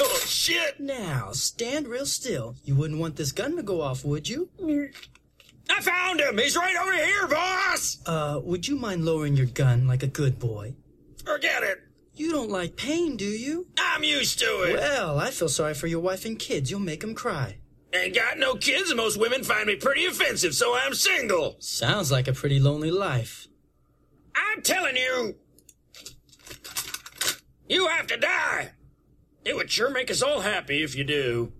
Oh, shit! Now, stand real still. You wouldn't want this gun to go off, would you? I found him! He's right over here, boss! Uh, would you mind lowering your gun like a good boy? Forget it! You don't like pain, do you? I'm used to it! Well, I feel sorry for your wife and kids. You'll make 'em cry. Ain't got no kids, and most women find me pretty offensive, so I'm single. Sounds like a pretty lonely life. I'm telling you, you have to die. It would sure make us all happy if you do.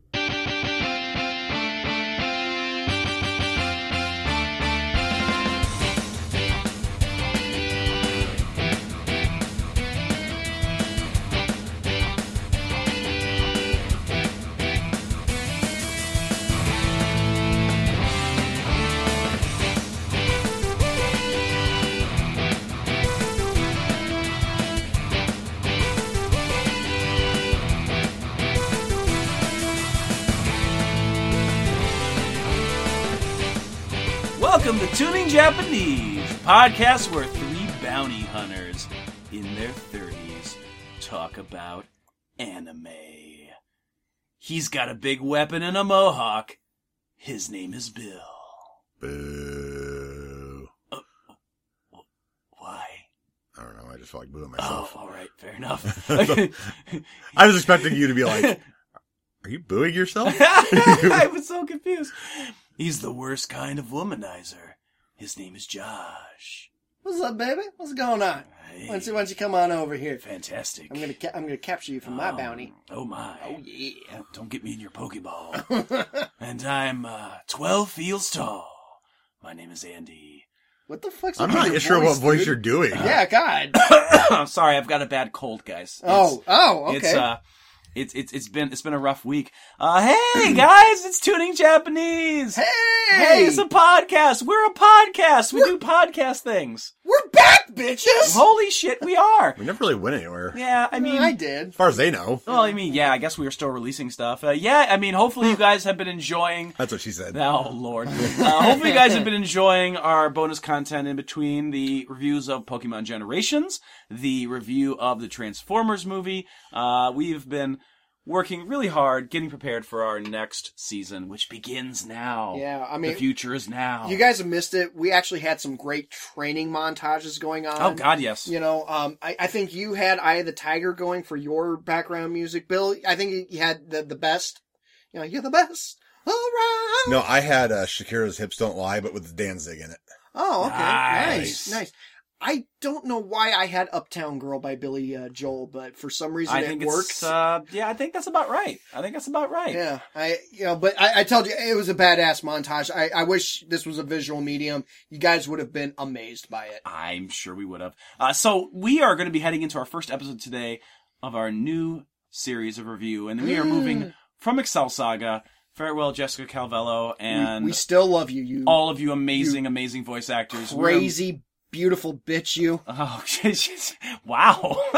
Welcome to Tuning Japanese, a podcast where three bounty hunters in their 30s talk about anime. He's got a big weapon and a mohawk. His name is Bill. Boo. Why? I don't know. I just felt like booing Oh, myself. all right, fair enough. I I was expecting you to be like, "Are you booing yourself?" was so confused. He's the worst kind of womanizer. His name is Josh. What's up, baby? What's going on? Hey. Why, don't you, why don't you come on over here? Fantastic. I'm gonna ca- I'm gonna capture you from my Um, bounty. Oh my. Oh yeah. Don't- Don't get me in your Pokeball. and I'm uh, 12 feels tall. My name is Andy. What the fuck's? I'm up with not your sure what voice dude? you're doing. Yeah, God. I'm sorry, I've got a bad cold, guys. It's- Oh, oh, okay. It's uh it's it's it's been it's been a rough week. Uh hey guys, it's Tuning Japanese. hey, Hey, it's a podcast. We're a podcast. We do podcast things. we're back, bitches. Holy shit, we are. We never really went anywhere, Yeah, I mean I did. as far as they know. Well, I mean, yeah, I guess we are still releasing stuff. Uh, yeah, I mean, hopefully you guys have been enjoying That's what she said. Oh Lord! Uh, hopefully, you guys have been enjoying our bonus content in between the reviews of Pokemon Generations, the review of the Transformers movie. Uh, we've been working really hard, getting prepared for our next season, which begins now. Yeah, I mean- the future is now. You guys have missed it. We actually had some great training montages going on. oh God, yes. You know, um, I, I think you had Eye of the Tiger going for your background music, Bill. I think you had the the best. You know, you're the best. All right. No, I had uh, Shakira's "Hips Don't Lie," but with the Danzig in it. Oh, okay. Nice. Nice. nice. I don't know why I had Uptown Girl by Billy uh, Joel, but for some reason I it think works. it's. Uh, yeah, I think that's about right. I think that's about right. yeah, I you know, but I, I told you it was a badass montage. I, I wish this was a visual medium. You guys would have been amazed by it. I'm sure we would have. Uh, so we are going to be heading into our first episode today of our new series of review, and we are Mm. moving from Excel Saga. Farewell, Jessica Calvello, and we still love you, you all of you amazing, amazing voice actors. We're- crazy beautiful bitch. You. Oh, she's- wow.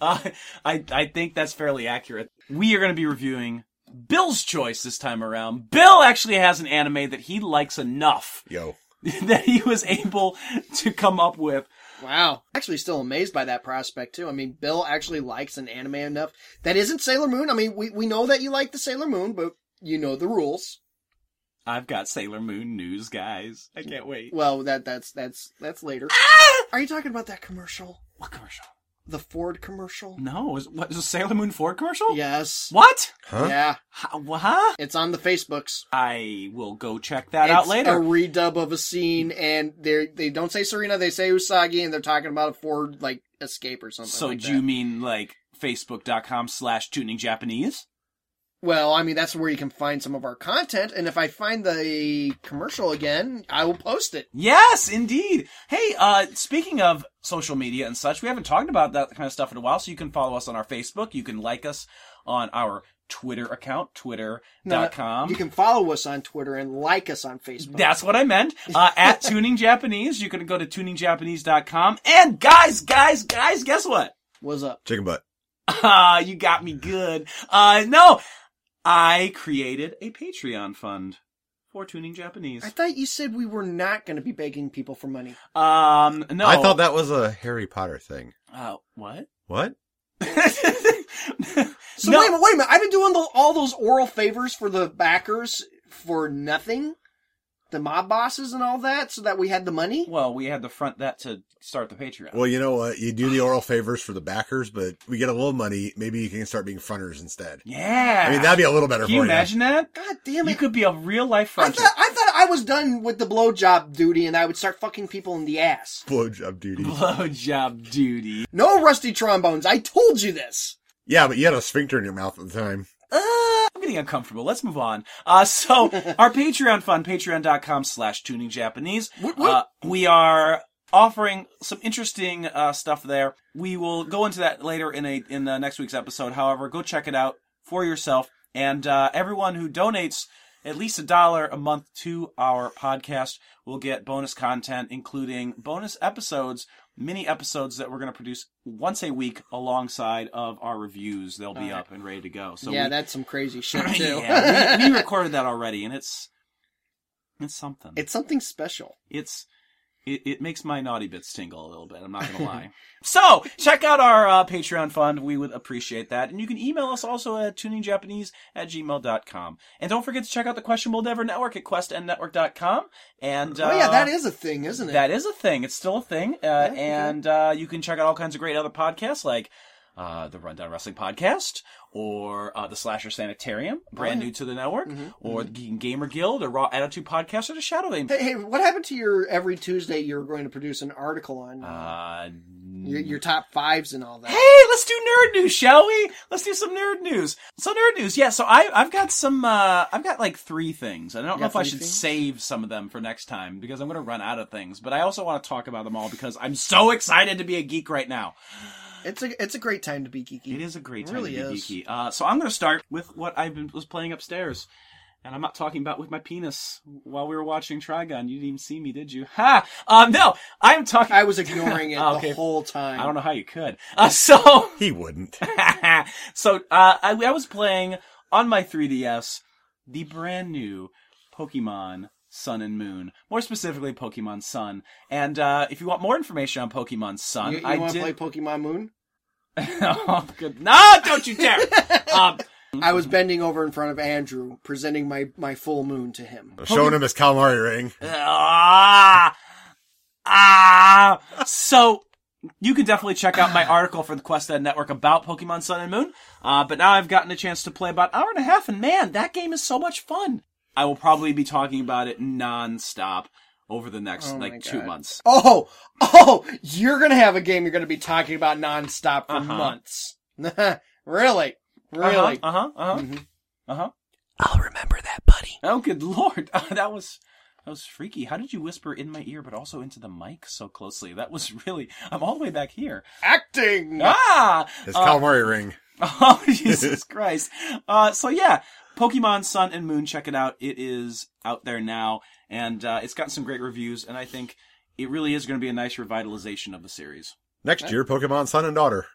uh, I I think that's fairly accurate. We are going to be reviewing Bill's choice this time around. Bill actually has an anime that he likes enough Yo, that he was able to come up with Wow, actually, still amazed by that prospect too. I mean, Bill actually likes an anime enough that isn't Sailor Moon. I mean, we we know that you like the Sailor Moon, but you know the rules. I've got Sailor Moon news, guys. I can't wait. Well, that that's that's that's later. Ah! Are you talking about that commercial? What commercial? The Ford commercial? No, is what is a Sailor Moon Ford commercial? Yes. What? huh? Yeah, Huh? wha- huh? it's on the Facebooks. I will go check that out It's later. A redub of a scene, and they they don't say Serena, they say Usagi, and they're talking about a Ford like escape or something. so like do you that. mean like facebook.com slash tuning Japanese? Well, I mean that's where you can find some of our content, and if I find the commercial again, I will post it. Yes, indeed. Hey, uh, speaking of social media and such, we haven't talked about that kind of stuff in a while, so you can follow us on our Facebook. You can like us on our Twitter account, twitter.com. You can follow us on Twitter and like us on Facebook. That's what I meant. Uh, at Tuning Japanese, you can go to tuningjapanese.com. And guys, guys, guys, guess what? What's up? Chicken butt. Ah, you got me good. Uh, no, I created a Patreon fund for Tuning I Japanese. thought you said we were not going to be begging people for money. Um, no, I thought that was a Harry Potter thing. Uh, what? What? So No. wait a minute, wait a minute. I've been doing the, all those oral favors for the backers for nothing, the mob bosses and all that, so that we had the money. Well, we had to front that to start the Patreon. Well, you know what? You do the oral favors for the backers, but we get a little money. Maybe you can start being fronters instead. yeah. I mean, that'd be a little better Can for you imagine that? God damn You it! could be a real life I fronter. thought I thought I was done with the blowjob duty, and I would start fucking people in the ass. Blowjob duty. Blowjob duty. No rusty trombones. I told you this. Yeah, but you had a sphincter in your mouth at the time. I'm getting uncomfortable. Let's move on. Uh, so our Patreon fund, patreon.com slash tuning Japanese. What- what? Uh, we are offering some interesting, uh, stuff there. We will go into that later in a, in uh, next week's episode. However, go check it out for yourself. And, uh, everyone who donates at least a dollar a month to our podcast will get bonus content, including bonus episodes, mini episodes that we're going to produce once a week alongside of our reviews. They'll be up and ready to go. So yeah, we- that's some crazy shit too. yeah, we, we recorded that already, and it's it's something. it's something special. It's it, it makes my naughty bits tingle a little bit. I'm not gonna lie. so check out our uh, Patreon fund. We would appreciate that, and you can email us also at tuningjapanese at gmail.com. And don't forget to check out the Question We'll Never Network at questnetwork.com. And oh yeah, uh, that is a thing, isn't it? that is a thing. It's still a thing. Uh, and uh, you can check out all kinds of great other podcasts like uh, the Rundown Wrestling Podcast or uh, the Slasher Sanitarium, Oh, brand new to the network, Mm-hmm, or the Geek and Gamer Guild or Raw Attitude Podcast or the Shadow Game. Hey, hey, what happened to your every Tuesday you're going to produce an article on Uh, your, your top fives and all that? hey, let's do nerd news, shall we? Let's do some nerd news. So nerd news, yeah. So I, I've got some, uh, I've got like three things. and I don't know if I three should things? save some of them for next time because I'm going to run out of things. But I also want to talk about them all because I'm so excited to be a geek right now. It's a it's a great time to be geeky. It is a great It time really to be is. geeky. Uh, so I'm going to start with what I been was playing upstairs, and I'm not talking about with my penis while we were watching Trigon. You didn't even see me, did you? Ha! Um, no, I'm talking. I was ignoring it Oh, okay. the whole time. I don't know how you could. Uh, so, He wouldn't. so uh, I, I was playing on my 3DS the brand new Pokemon Sun and Moon, more specifically Pokemon Sun. And uh, if you want more information on Pokemon Sun, You, you I want to did. play Pokemon Moon? oh, good. No, don't you dare! um, I was bending over in front of Andrew, presenting my, my full moon to him. Showing him his calamari ring. Ah, ah. So you can definitely check out my article for the Quest Ed Network about Pokemon Sun and Moon. Uh, but now I've gotten a chance to play about an hour and a half, and man, that game is so much fun. I will probably be talking about it nonstop over the next my like two God. months. Oh, oh, you're gonna have a game you're gonna be talking about nonstop for Uh-huh. months. really, really. Mm-hmm. Uh huh. Uh huh. Uh huh. I'll remember that, buddy. Oh, good lord, that was that was freaky. How did you whisper in my ear, but also into the mic so closely? That was really. I'm all the way back here. Acting. Ah, His calamari ring. Oh Jesus Christ! Uh, so yeah, Pokemon Sun and Moon. Check it out. It is out there now, and uh, it's gotten some great reviews. And I think it really is going to be a nice revitalization of the series. Next year, Pokemon Son and Daughter.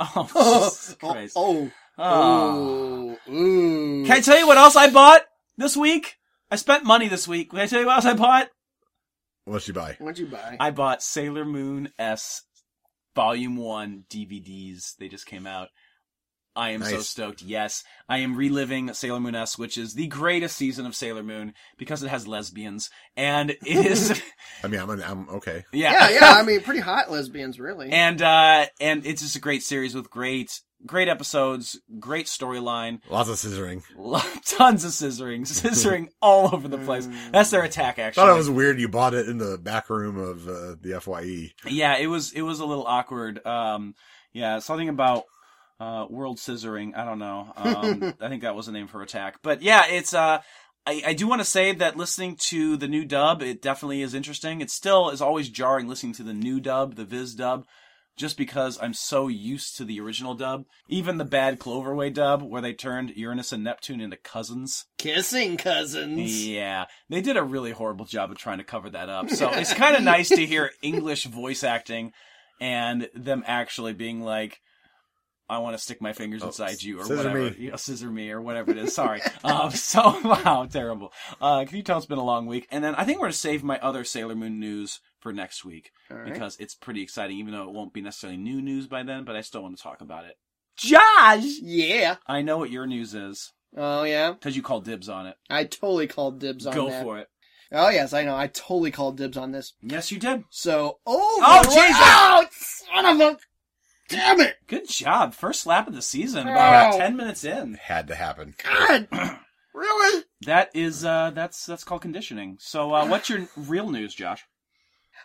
Oh oh, Jesus oh, Christ! oh, Ah. ooh, ooh. Can I tell you what else I bought this week? I spent money this week. Can I tell you what else I bought? What'd you buy? What'd you buy? I bought Sailor Moon S Volume 1 DVDs. They just came out. I am so Nice. stoked. Yes, I am reliving Sailor Moon S, which is the greatest season of Sailor Moon because it has lesbians and it is I mean, I'm, an, I'm okay. yeah, yeah. I mean, pretty hot lesbians, really. and uh and it's just a great series with great great episodes, great storyline, Lots of scissoring. lo- tons of scissoring, scissoring all over the place. That's their attack actually. Thought it was weird you bought it in the back room of uh, the Fye. Yeah, it was it was a little awkward. Um, yeah, something about uh, world scissoring. I don't know. Um, I think that was the name for attack. But yeah, it's uh, I, I do want to say that listening to the new dub, it definitely is interesting. It still is always jarring listening to the new dub, the Viz dub. Just because I'm so used to the original dub, even the bad Cloverway dub, where they turned Uranus and Neptune into cousins. Kissing cousins. Yeah, they did a really horrible job of trying to cover that up. So it's kind of nice to hear English voice acting and them actually being like, "I want to stick my fingers inside you" or scissor whatever, me. Yeah, scissor me or whatever it is. Sorry. um, so wow, terrible. Uh, can you tell it's been a long week? And then I think we're gonna save my other Sailor Moon news for next week All right. because it's pretty exciting. Even though it won't be necessarily new news by then, but I still want to talk about it Josh! Yeah. I know what your news is Oh yeah. because you called dibs on it. I totally called dibs on Go that. for it. Oh yes, I know. I totally called dibs on this. Yes, you did. So oh Oh, you know what? Jesus. Oh son of a damn it! Good job. First lap of the season, about Wow. 10 minutes in. Had to happen. God, really? That is uh that's that's called conditioning. So uh what's your real news, Josh?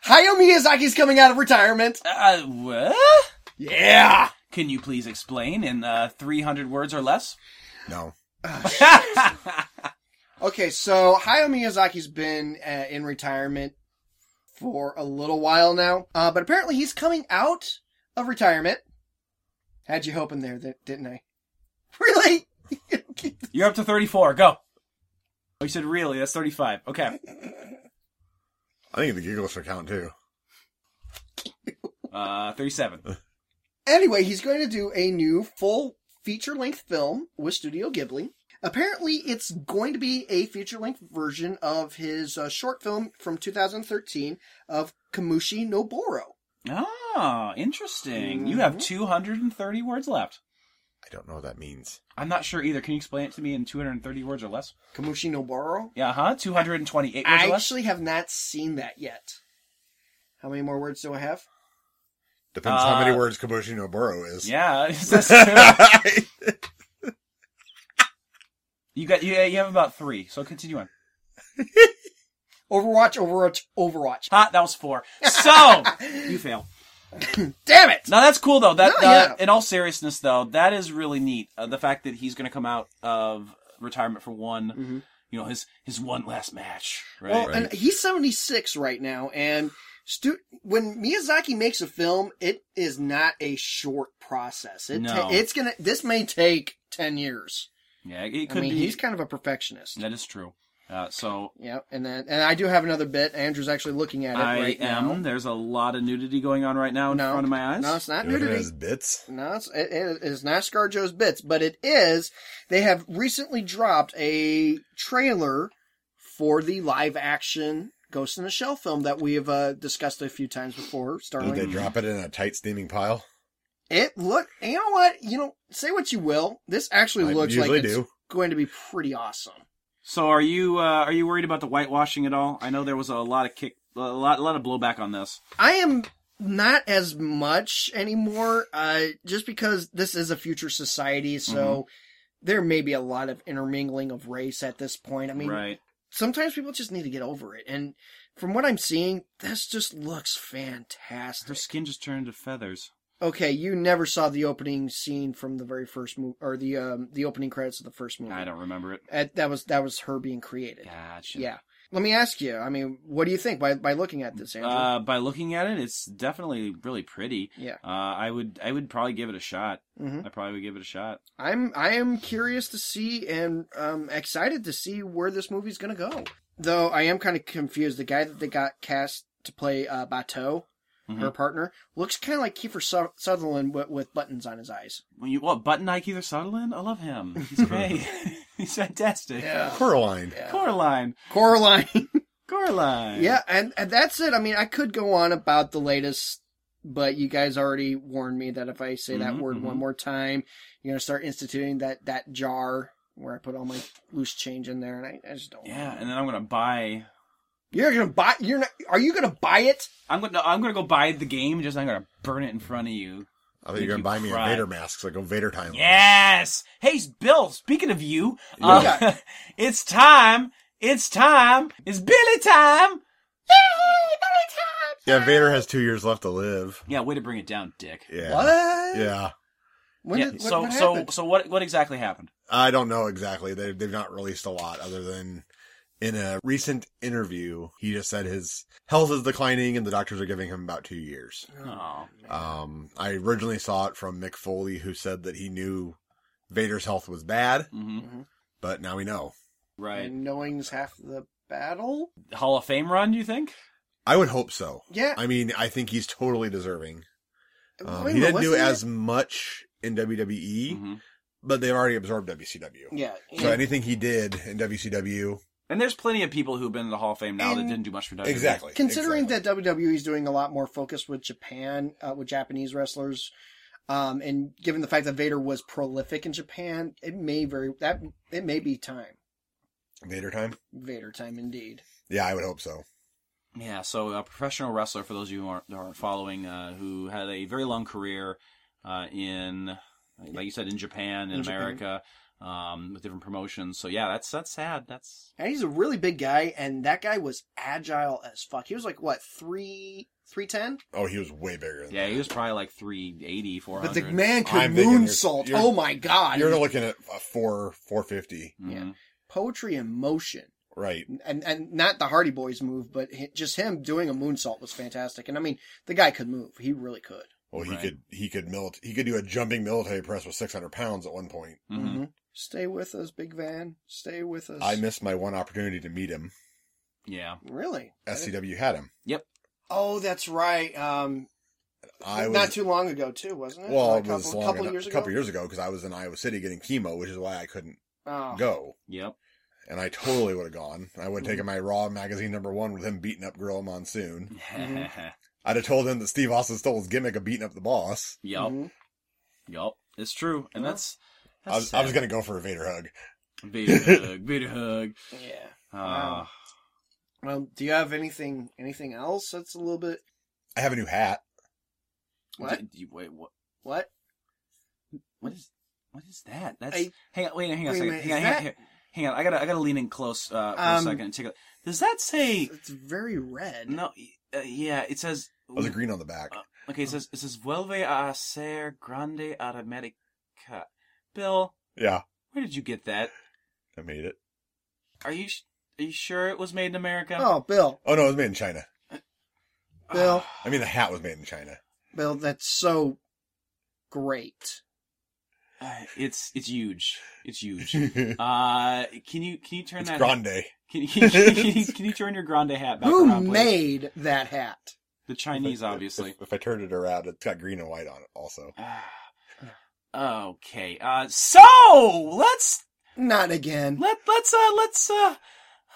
Hayao Miyazaki's coming out of retirement. Uh what? Yeah. Can you please explain in uh 300 words or less? No. Okay, so Hayao Miyazaki's been uh, in retirement for a little while now, uh, but apparently he's coming out of retirement. Had you hoping there, that didn't I? Really? You're up to 34. Go. Oh, you said really? That's 35. Okay. I think the giggles are count too. Uh 37. Anyway, he's going to do a new full feature length film with Studio Ghibli. Apparently, it's going to be a feature length version of his uh, short film from 2013 of Kamushi no Boro. Ah, interesting. You have 230 words left. I don't know what that means. I'm not sure either. Can you explain it to me in 230 words or less? Kamushi no Boro? Yeah, huh? 228 words I or less? actually have not seen that yet. How many more words do I have? Depends how many Uh, words Kabushi no Boro is. Yeah, that's true. You got you, you have about 3. So continue on. Overwatch, Overwatch, Overwatch. Ha, that was 4. So, you fail. Damn it! No, that's cool though. That No, uh, yeah. in all seriousness though, that is really neat. Uh, the fact that he's going to come out of retirement for one, you know, his his one last match, right? Mm-hmm. Well, and he's 76 right now, and stu- when Miyazaki makes a film, it is not a short process. It No. ta- it's gonna. This may take 10 years. yeah, it I could mean, be. he's kind of a perfectionist. That is true. Uh, so Yeah, and then and I do have another bit. Andrew's actually looking at it I right am. now. There's a lot of nudity going on right now in No. front of my eyes. No, it's not Everything nudity. has bits. No, it's, it, it is not ScarJo's bits, but it is. They have recently dropped a trailer for the live action Ghost in the Shell film that we have uh, discussed a few times before. Did they Starling, drop it in a tight steaming pile? it look. You know what? You know, say what you will. This actually I looks like usually it's do. going to be pretty awesome. So are you uh, are you worried about the whitewashing at all? I know there was a lot of kick, a lot a lot of blowback on this. I am not as much anymore, uh, just because this is a future society, so. Mm-hmm. There may be a lot of intermingling of race at this point. I mean, right. sometimes people just need to get over it. And from what I'm seeing, this just looks Her fantastic. skin just turned into feathers. Okay, you never saw the opening scene from the very first movie, or the um, the opening credits of the first movie. I don't remember it. Uh, that was that was her being created. Gotcha. Eh, Yeah. Let me ask you. I mean, what do you think by by looking at this, Andrew? Uh, by looking at it, it's definitely really pretty. Yeah. Uh, I would I would probably give it a shot. Mhm. I probably would give it a shot. I'm I am curious to see and um excited to see where this movie's gonna go. Though I am kind of confused. The guy that they got cast to play uh, Bateau, her partner, looks kind of like Kiefer Su- Sutherland with, with buttons on his eyes. When you what button Ike either Sutherland? I love him. He's great. He's fantastic. Coraline. Coraline. Coraline. Coraline. yeah, and, and that's it. I mean, I could go on about the latest, but you guys already warned me that if I say that Mhm, word one more time, you're gonna start instituting that that jar where I put all my loose change in there, and I, I just don't. Yeah. And then I'm gonna buy. You're gonna buy. You're not. Are you gonna buy it? I'm gonna I'm gonna go buy the game. Just I'm gonna burn it in front of you. I thought you were Make gonna you buy me cry. a Vader mask, so I go Vader time. Yes. Hey, Bill. Speaking of you, uh, it's time. It's time. It's Billy time. Yeah, Vader has two years left to live. Yeah. Way to bring it down, Dick. Yeah. What? Yeah. When yeah. did, what, so what so happened? so what what exactly happened? I don't know exactly. They, they've not released a lot other than in a recent interview, he just said his health is declining and the doctors are giving him about two years. Oh. Um, I originally saw it from Mick Foley, who said that he knew Vader's health was bad, hmm but now we know. Right. And knowing's half the battle. Mm-hmm. Hall of Fame run, do you think? I would hope so. Yeah. I mean, I think he's totally deserving. Um, Wait a he minute, didn't do wasn't as it- much in WWE, Mhm. but they've already absorbed WCW. Yeah. So anything he did in WCW, And there's plenty of people who've been in the Hall of Fame now that And- didn't do much for E. WWE. exactly. Considering exactly. that WWE is doing a lot more focus with Japan, uh, with Japanese wrestlers, Um, and given the fact that Vader was prolific in Japan, it may very that it may be time Vader time? Vader time indeed. Yeah, I would hope so. Yeah, so a professional wrestler, for those of you who aren't, who aren't following, uh, who had a very long career uh, in, like you said, in Japan, in, In Japan. America, Um, with different promotions. So yeah, that's that's sad. That's And he's a really big guy, and that guy was agile as fuck. He was like what three three ten, Oh, he was way bigger than yeah, he was probably like 380, 400. but the man could I'm thinking you're- moonsault. you're- Oh my god! that. You're looking at a four four fifty. Mhm. Yeah. Poetry in motion. Right. and and not the Hardy Boys move, but hi- just him doing a moonsault was fantastic. And I mean, the guy could move; he really could. Well he Right. could he could mili- he could do a jumping military press with six hundred pounds at one point. Mhm. Mhm. Stay with us, Big Van. Stay with us. Mm-hmm. I missed my one opportunity to meet him. Yeah. really. SCW had him. Oh, that's right. Um, I was not too long ago too, wasn't it? well, Or it was couple, long couple enough- years a ago. couple years ago because I was in Iowa City getting chemo, which is why I couldn't Oh. Mm-hmm. go. Yep. And I totally would have gone. I would have taken my Raw magazine number one with him beating up Gorilla Monsoon. Mhm. I'd have told him that Steve Austin stole his gimmick of beating up the boss. Yep. Mhm. Yep. It's true. And Yeah. that's, that's I was, I was sad. going to go for a Vader hug. Vader hug, Vader hug. Yeah. Uh, Wow. Um, do you have anything anything else that's a little bit I have a new hat. what d- d- wait, what? what? What is? What is that? That's I- hang on, wait, hang on a wait a second. minute, hang, on, is hang, on, that- here- hang on, I gotta, I gotta lean in close uh, for Um, a second and take a. Does that say It's very red. no? Uh, yeah, it says. There's a green on Oh, the back. Uh, okay, it says it says vuelve a ser grande a America. Bill, yeah, where did you get that? I made it. Are you sh- are you sure it was made in America? Oh, Bill, Oh no, it was made in China. Bill, I mean, the hat was made in China. Bill. That's so great. Uh, it's it's huge. It's huge. it's Uh, can you can you turn that? grande. Can you, can, you, can, you, can you turn your grande hat back Who around, please? made that hat? The Chinese, obviously. If, if I turned it around, it's got green and white on it. Also, Ah, okay. Uh, so let's Not again. let let's uh let's uh,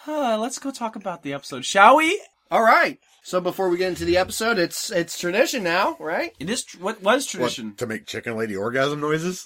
uh let's go talk about the episode, shall we? All right. So before we get into the episode, it's it's tradition now, right? It is tr- what was what, tradition. to make chicken lady orgasm noises.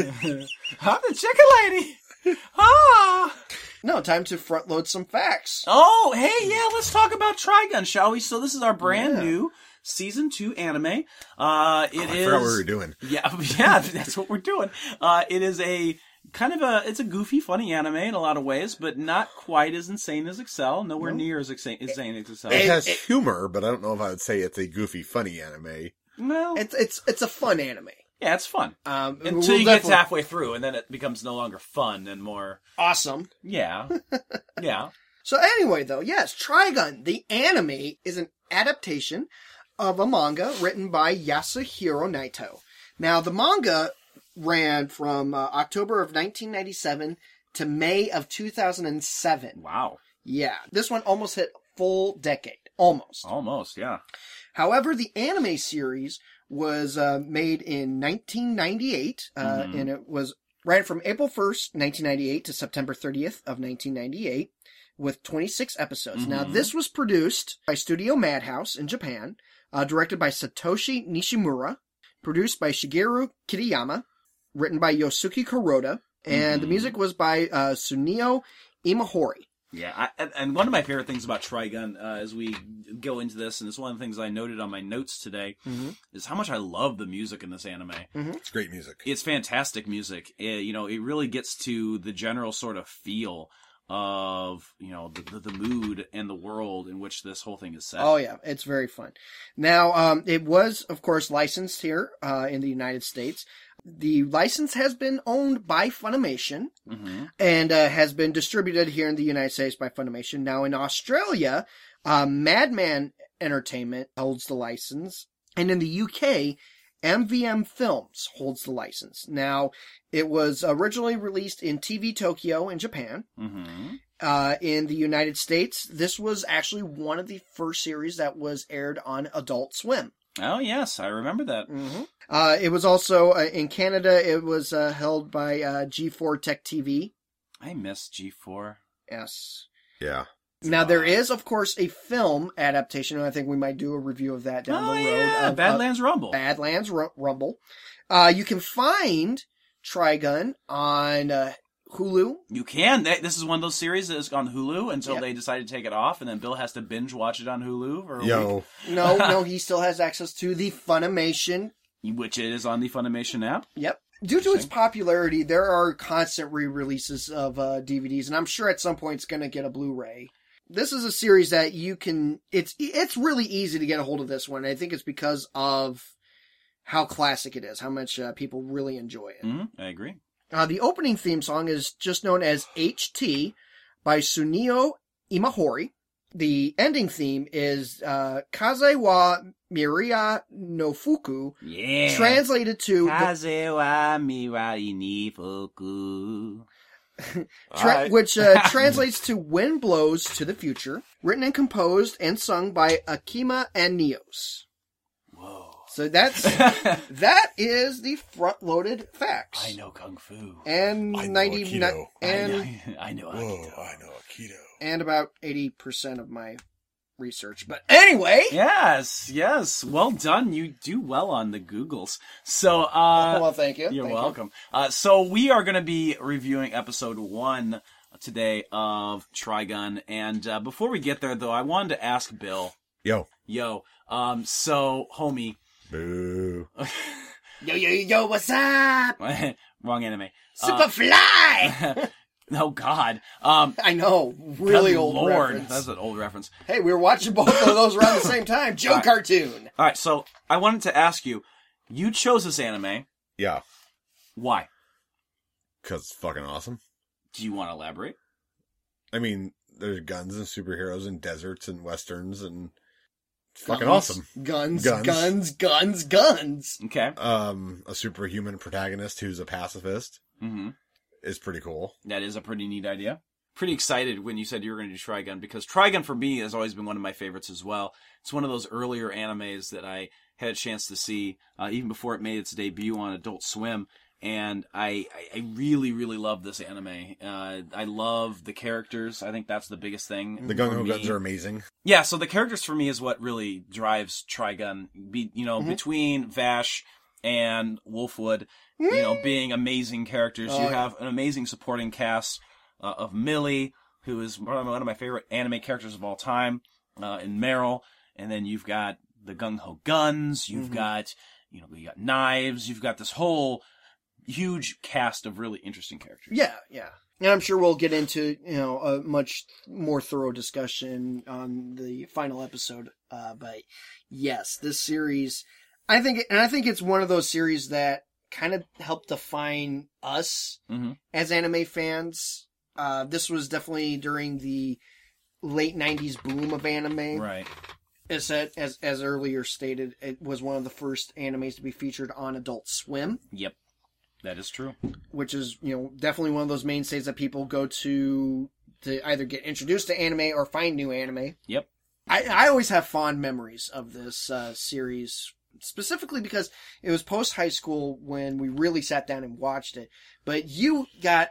I'm the chicken lady. Ah. No, time to front load some facts. Oh, hey, yeah, let's talk about Trigun, shall we? So this is our brand Yeah. new season two anime. Uh, it is. Oh, I forgot what we were doing. Yeah, yeah, that's what we're doing. Uh, it is a kind of a it's a goofy, funny anime in a lot of ways, but not quite as insane as Excel. Nowhere near as exa- insane as Excel. It, has humor, but I don't know if I would say it's a goofy, funny anime. well, It's it's it's a fun anime. yeah, it's fun Um, Oh. until we'll you get definitely- to halfway through, and then it becomes no longer fun and more. awesome. Yeah, yeah. So anyway, though, yes, Trigun the anime is an adaptation of a manga written by Yasuhiro Naito. Now, the manga ran from uh, October of 1997 to May of 2007. Wow, Yeah, this one almost hit full decade, almost. almost. Yeah. However, the anime series was uh, made in 1998, uh, and it was ran from April 1st, 1998, to September 30th of 1998, with 26 episodes. Now, this was produced by Studio Madhouse in Japan, uh, directed by Satoshi Nishimura, produced by Shigeru Kitayama, written by Yosuke Kuroda, and the music was by uh, Sunio Imahori. Yeah, I, and- and one of my favorite things about Trigun, uh, as we go into this, and it's one of the things I noted on my notes today, is how much I love the music in this anime. It's great music. It's fantastic music. It, you know, it really gets to the general sort of feel of you know the, the, the mood and the world in which this whole thing is set. Oh yeah, it's very fun. Now, um, it was of course licensed here uh, in the United States. The license has been owned by Funimation hmm and uh, has been distributed here in the United States by Funimation. Now in Australia, uh, Madman Entertainment holds the license, and in the UK, MVM Films holds the license. Now, it was originally released in TV Tokyo in Japan hmm uh, in the United States. This was actually one of the first series that was aired on Adult Swim. Oh yes, I remember that. Uh, it was also uh, in Canada. It was uh, held by uh, G4 Tech TV. I miss G four. Yes. Yeah. Now there is, of course, a film adaptation, and I think we might do a review of that down Oh, the road. yeah. of, uh, Badlands Rumble. Badlands Ru- Rumble. Uh, you can find Trigun on uh, Hulu. You can. They, this is one of those series that is on Hulu until Yep. they decide to take it off, and then Bill has to binge watch it on Hulu for a Yo, No, no, he still has access to the Funimation. week, which it is on the Funimation app. Yep. Due to its popularity, there are constant re-releases of uh, DVDs, and I'm sure at some point it's going to get a Blu-ray. This is a series that you can. It's it's really easy to get a hold of this one. I think it's because of how classic it is, how much uh, people really enjoy it. hmm I agree. Uh, the opening theme song is just known as HT by Sunio Imahori. The ending theme is uh, Kaze wa Miria no Fuku, Yeah. translated to the, Kaze wa mirai ni fuku. tra- Alright. which uh, translates to Wind Blows to the Future, written and composed and sung by Akima and Neos. Whoa. So that's I that is the front loaded facts. know kung fu. And I know ninety Aikido. and I know, I know Aikido. know Aikido. and about 80% of my research. But anyway, Yes, yes. Well done. You do well on the Googles. So, uh, Oh, well, thank you. You're Thank you. welcome. Uh, so we are going to be reviewing episode one today of Trigun, and uh, before we get there, though, I wanted to ask Bill, Yo, yo, um, so homie, boo. Yo, yo, yo, what's up? wrong anime. Uh, Superfly! oh God, um, I know, really good old Lord, reference. that's an old reference. Hey, we were watching both of those around the same time. Joe cartoon. All right, so I wanted to ask you, you chose this anime. Yeah, Why? because it's fucking awesome. Do you want to elaborate? I mean, there's guns and superheroes and deserts and westerns and it's fucking Guns, awesome. Guns, guns, Guns. guns, guns, guns. Okay. Um, a superhuman protagonist who's a pacifist Mm-hmm. is pretty cool. That is a pretty neat idea. Pretty excited when you said you were going to do Trigun because Trigun for me has always been one of my favorites as well. It's one of those earlier animes that I had a chance to see uh, even before it made its debut on Adult Swim, and I I, I really really love this anime. Uh, I love the characters. I think that's the biggest thing. The gung Mm, for ho me. guns are amazing. Yeah, so the characters for me is what really drives Trigun. Be, you Mm-hmm. know, between Vash and Wolfwood, you know, Mm-hmm. being amazing characters, Oh, you yeah. have an amazing supporting cast uh, of Millie, who is one of, one of my favorite anime characters of all time, uh, and Meryl, and then you've got the gung ho guns, you've Mm-hmm. got you know, you got knives, you've got this whole huge cast of really interesting characters. Yeah, yeah. And I'm sure we'll get into, you know, a much more thorough discussion on the final episode. Uh, but yes, this series, I think, and I think it's one of those series that kind of helped define us hmm as anime fans. Uh, this was definitely during the late 90s boom of anime. Right. As, said- as, as earlier stated, it was one of the first animes to be featured on Adult Swim Yep. That is true. Uh, which is you know definitely one of those mainstays that people go to to either get introduced to anime or find new anime. Yep. I, I always have fond memories of this uh, series specifically because it was post high school when we really sat down and watched it. But you got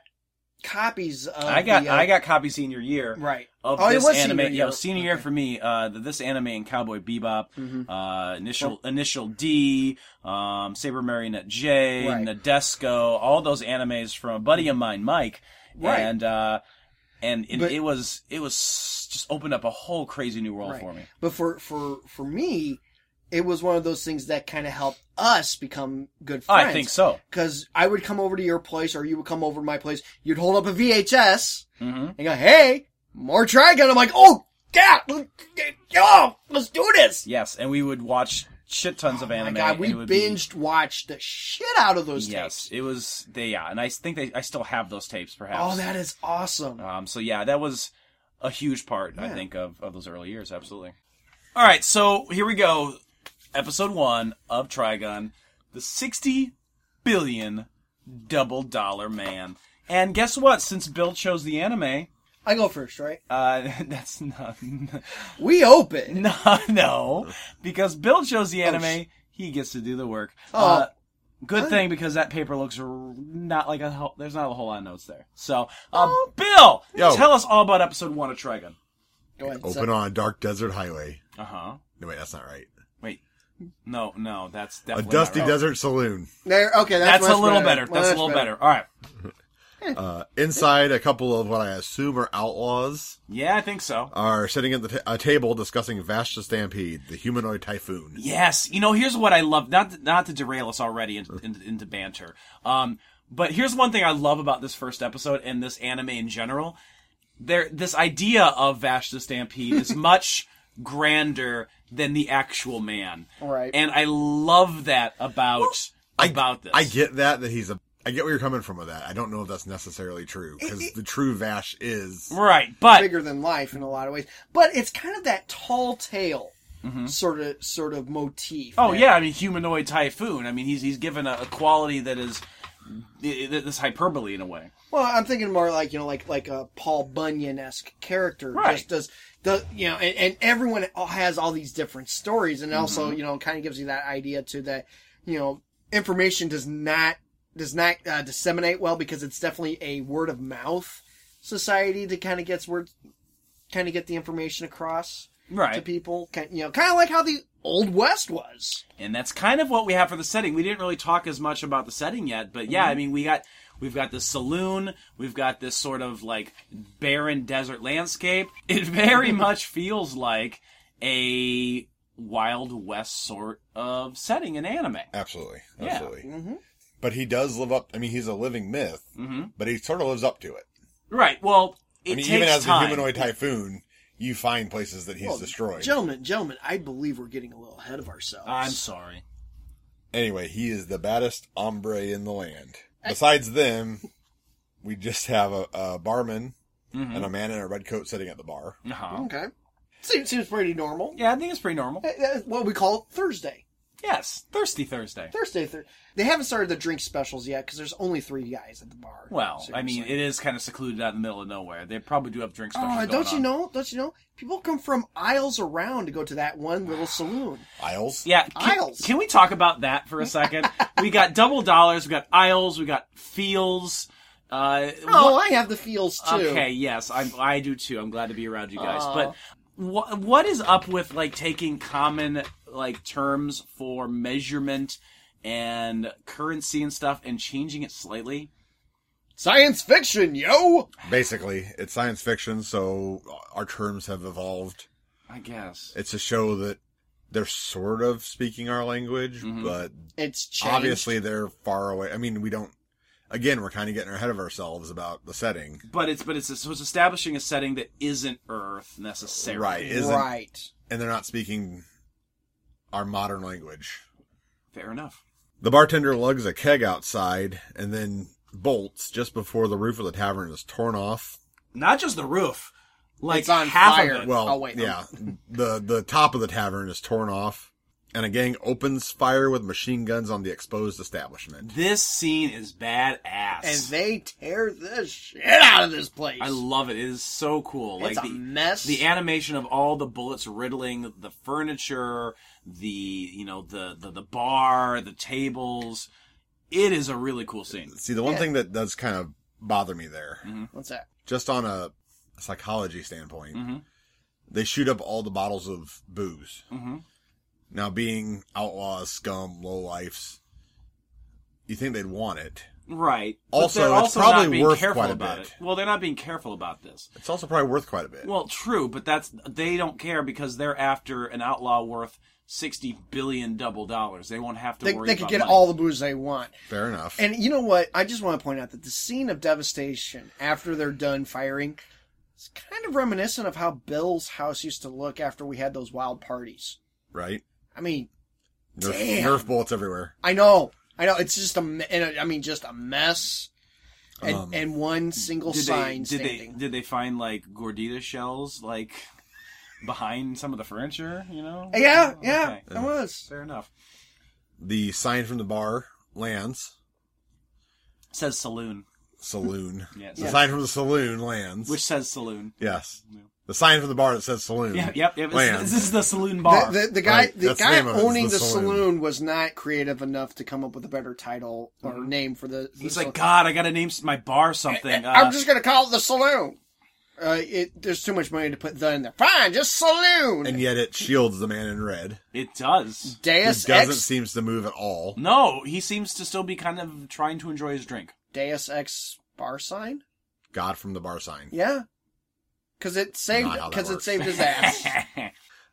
copies of I got the, uh, I got copy senior year. right of Oh, it this was anime. senior year. Yeah, it was senior year Okay. for me. Uh, th- this anime and Cowboy Bebop, Mhm. uh, initial initial D, um, Saber Marionette J, Right. Mm-hmm. Nadesco, all those animes from a buddy of mine, Mike, Right. and uh, and it, But- it was it was just opened up a whole crazy new world Right. for me. But for for for me, it was one of those things that kind of helped us become good friends. Oh, I think so. because I would come over to your place or you would come over to my place. You'd hold up a VHS hmm and go, "Hey, more Trigun." I'm like, "Oh, God, let- yo, let's do this." Yes, and we would watch shit tons of Oh My anime. God, we and it would be- binged watched the shit out of those Yes, tapes. it was they. Yeah, and I think they. I still have those tapes, perhaps. Oh, that is awesome. Um, so yeah, that was a huge part, I think, of, of those early years. Absolutely. All right, so here we go. Episode one of Trigun, the 60 billion double dollar man. And guess what? Since Bill chose the anime, I go first, right? uh, that's not, We open. no, no, because Bill chose the anime, sh- he gets to do the work. Oh. Uh, good thing because that paper looks r- not like a whole, there's not a whole lot of notes there. So, uh, Bill, Yo. tell us all about episode one of Trigun. Go ahead. Open Seth. on a dark desert highway. Uh huh. No, wait, that's not right. Wait. No, no, that's A definitely dusty not right. desert saloon. There. Okay, That's, that's, a much little better. That's a Much little better. All right. Uh, inside, a couple of what I assume are outlaws Yeah, I think so. are sitting at the t- a table discussing Vashta Stampede, the humanoid typhoon. Yes, you know, here's what I love. Not not to derail us already into, into, into banter. Um, but here's one thing I love about this first episode and this anime in general. There, this idea of Vash the Stampede is much grander than the actual man. Right. And I love that about about this. I get that that he's a. I get where you're coming from with that. I don't know if that's necessarily true because the true Vash is right, but bigger than life in a lot of ways. But it's kind of that tall tale sort of sort of motif. Mm-hmm. Oh that- yeah, I mean humanoid typhoon. I mean he's he's given a, a quality that is i- i- this hyperbole in a way. Well, I'm thinking more like you know, like like a Paul Bunyan esque character. Right. Just does the you know, and, and everyone all- has all these different stories, and also Mm-hmm. you know, kind of gives you that idea too that you know, information does not does not uh, disseminate well because it's definitely a word of mouth society that kind of gets word, kind of get the information across to Right. people. Kind, you know, kind of like how the old west was. and that's kind of what we have for the setting. We didn't really talk as much about the setting yet, but yeah, I mean, we got we've got this saloon, we've got this sort of like barren desert landscape. It very much feels like a Wild West sort of setting in anime. absolutely, Yeah. absolutely. But he does live up. I mean, he's a living myth, but he sort of lives up to it. Right. Well, Mm-hmm. it I mean, takes even as time. the humanoid typhoon, you find places that he's destroyed. Gentlemen, gentlemen, I believe we're getting a little ahead of ourselves. I'm sorry. Anyway, he is the baddest hombre in the land. Besides them, we just have a, a barman Mm-hmm. and a man in a red coat sitting at the bar. Uh-huh. okay. Seems, seems pretty normal. Yeah, I think it's pretty normal. That- That's what we call Thursday. Yes, thirsty Thursday. Thursday. Thur- they haven't started the drink specials yet because there's only three guys at the bar. Well, I Seriously. mean, it is kind of secluded out in the middle of nowhere. They probably do have drinks. Oh, don't you know? Don't you know? People come from aisles around to go to that one little saloon. Isles. Yeah, can, Aisles. can we talk about that for a second? we got double dollars, we got aisles, we got fields. Uh, Oh, what- I have the feels too. okay, yes, I'm, I do too. I'm glad to be around you guys. But wha what is up with like taking common like terms for measurement and currency and stuff and changing it slightly? Science fiction, yo. Basically, it's science fiction, so our terms have evolved. I guess. It's a show that they're sort of speaking our language, Mm-hmm. but It's changed. obviously they're far away. I mean, we don't. Again, we're kind of getting ahead of ourselves about the setting. But it's but it's so it's establishing a setting that isn't Earth necessarily. Right. Isn't, right. And they're not speaking our modern language. Fair enough. The bartender lugs a keg outside and then bolts just before the roof of the tavern is torn off. Not just the roof. Like It's on half fire. of it. Well, Oh, wait, no. yeah, the the top of the tavern is torn off, and a gang opens fire with machine guns on the exposed establishment. This scene is badass. And they tear the shit out of this place. I love it. It is so cool. It's like a the mess. the animation of all the bullets riddling the furniture, the you know the the, the bar, the tables. It is a really cool scene. See, the one thing that does kind of bother me there, What's that? just on a psychology standpoint, Mm-hmm. they shoot up all the bottles of booze. Mhm. Now, being outlaws, scum, lowlifes, you think they'd want it. Right. But Also, they're it's probably not being worth careful quite a about bit. it. Well, they're not being careful about this. It's also probably worth quite a bit. Well, true, but that's they don't care because they're after an outlaw worth sixty billion double dollars. They won't have to They, worry. they could about get money. all the booze they want. Fair enough. And you know what? I just want to point out that the scene of devastation after they're done firing is kind of reminiscent of how Bill's house used to look after we had those wild parties. right? I mean, Nerf, Damn. Nerf bullets everywhere. I know, I know, it's just a, me- and a- I mean, just a mess, and, Um, and one single did sign they, did standing. they did they find like gordita shells like behind some of the furniture? You know? yeah, yeah, Okay. it was. Fair enough. The sign from the bar lands. Says saloon, Saloon. Yes. The sign from the saloon lands. which says saloon. yes. The sign from the bar that says saloon. Yeah, yep, yep. This, Lands. this is the saloon The, bar. the, the guy, Right, the that's the guy name of it, is owning the the, saloon. saloon. was not creative enough to come up with a better title or name for the. He's the Mm-hmm. like, saloon. God, I gotta name s- my bar something. Uh, I'm just gonna call it the saloon. Uh, it, there's too much money to put the in there. Fine, just saloon. and yet it shields the man in red. It does. Deus He doesn't Ex, seems to move at all. No, he seems to still be kind of trying to enjoy his drink. Deus Ex bar sign. God from the bar sign. Yeah, because it saved Not how that because it works. saved his ass.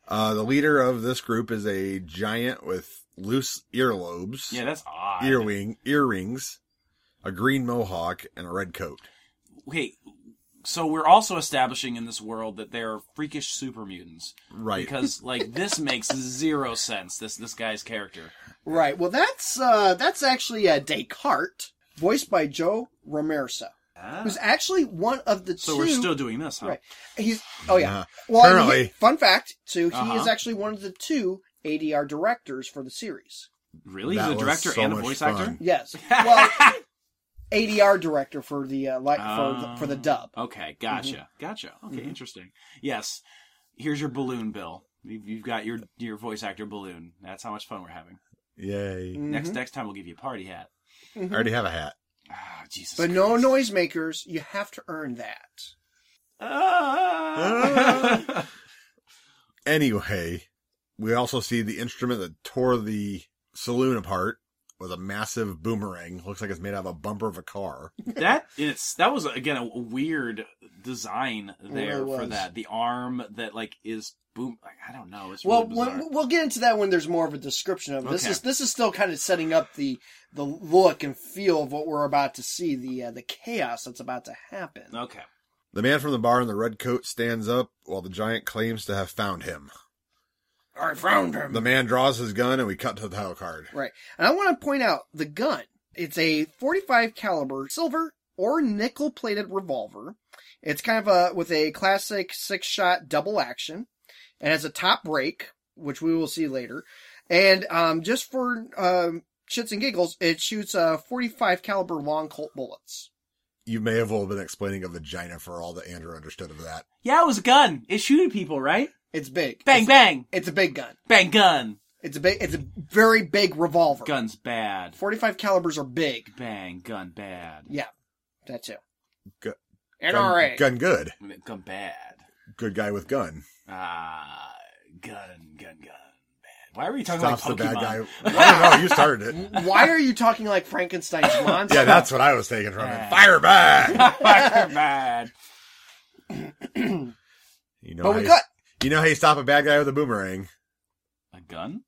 Uh, the leader of this group is a giant with loose earlobes, yeah, that's odd. earwing, earrings, a green mohawk, and a red coat. Wait, so we're also establishing in this world that they are freakish super mutants Right. because, like, this makes zero sense. This this guy's character. right. Well, that's uh, that's actually uh, Descartes, voiced by Joe Romersa, who's actually one of the So two. we're still doing this, huh? right. He's oh yeah. Uh, well, and apparently- he- fun fact too. He Uh-huh. is actually one of the two ADR directors for the series. Really? That He's a was director so and a much voice actor? fun. Yes. Well, ADR director for the uh, li- for the, for Oh. the dub. Okay, Mm-hmm. gotcha, gotcha. Okay, interesting. Yes, here's your balloon, Bill. You've, you've got your your voice actor balloon. That's how much fun we're having. Yay. Next Mm-hmm, next time we'll give you a party hat. I already have a hat. Ah, Jesus. But no Christ. noisemakers. You have to earn that. Ah. Anyway, we also see the instrument that tore the saloon apart with a massive boomerang. Looks like it's made out of a bumper of a car. that is that was again a weird design there really for was. that. The arm that like is boom. I don't know. It's Well, really bizarre. when, we'll get into that when there's more of a description of it. this. Okay. Is this is still kind of setting up the the look and feel of what we're about to see the uh, the chaos that's about to happen. okay. The man from the bar in the red coat stands up while the giant claims to have found him. I found him. The man draws his gun and we cut to the title card. Right, and I want to point out the gun. It's a 45 caliber silver or nickel plated revolver. It's kind of a with a classic six shot double action, and has a top break, which we will see later. And um, just for um, shits and giggles, it shoots uh, 45 caliber long Colt bullets. You may have all been explaining a vagina for all that Andrew understood of that. Yeah, it was a gun. It shooted people, right? It's big. Bang, It's, bang, it's a big gun. bang, gun. It's a big. It's a very big revolver. Guns bad. 45 calibers are big. Bang, gun bad. Yeah, that too. Gu- NRA. Gun, gun good. Gun bad. Good guy with gun. Ah, gun, gun, gun, bad. Why are we talking Stops the about bad Pokemon? guy. I don't know. You started it. Why are you talking like Frankenstein's monster? Yeah, that's what I was taking from it. Fire back. Fucker bad. You know, But how we you- got you know how you stop a bad guy with a boomerang? A gun?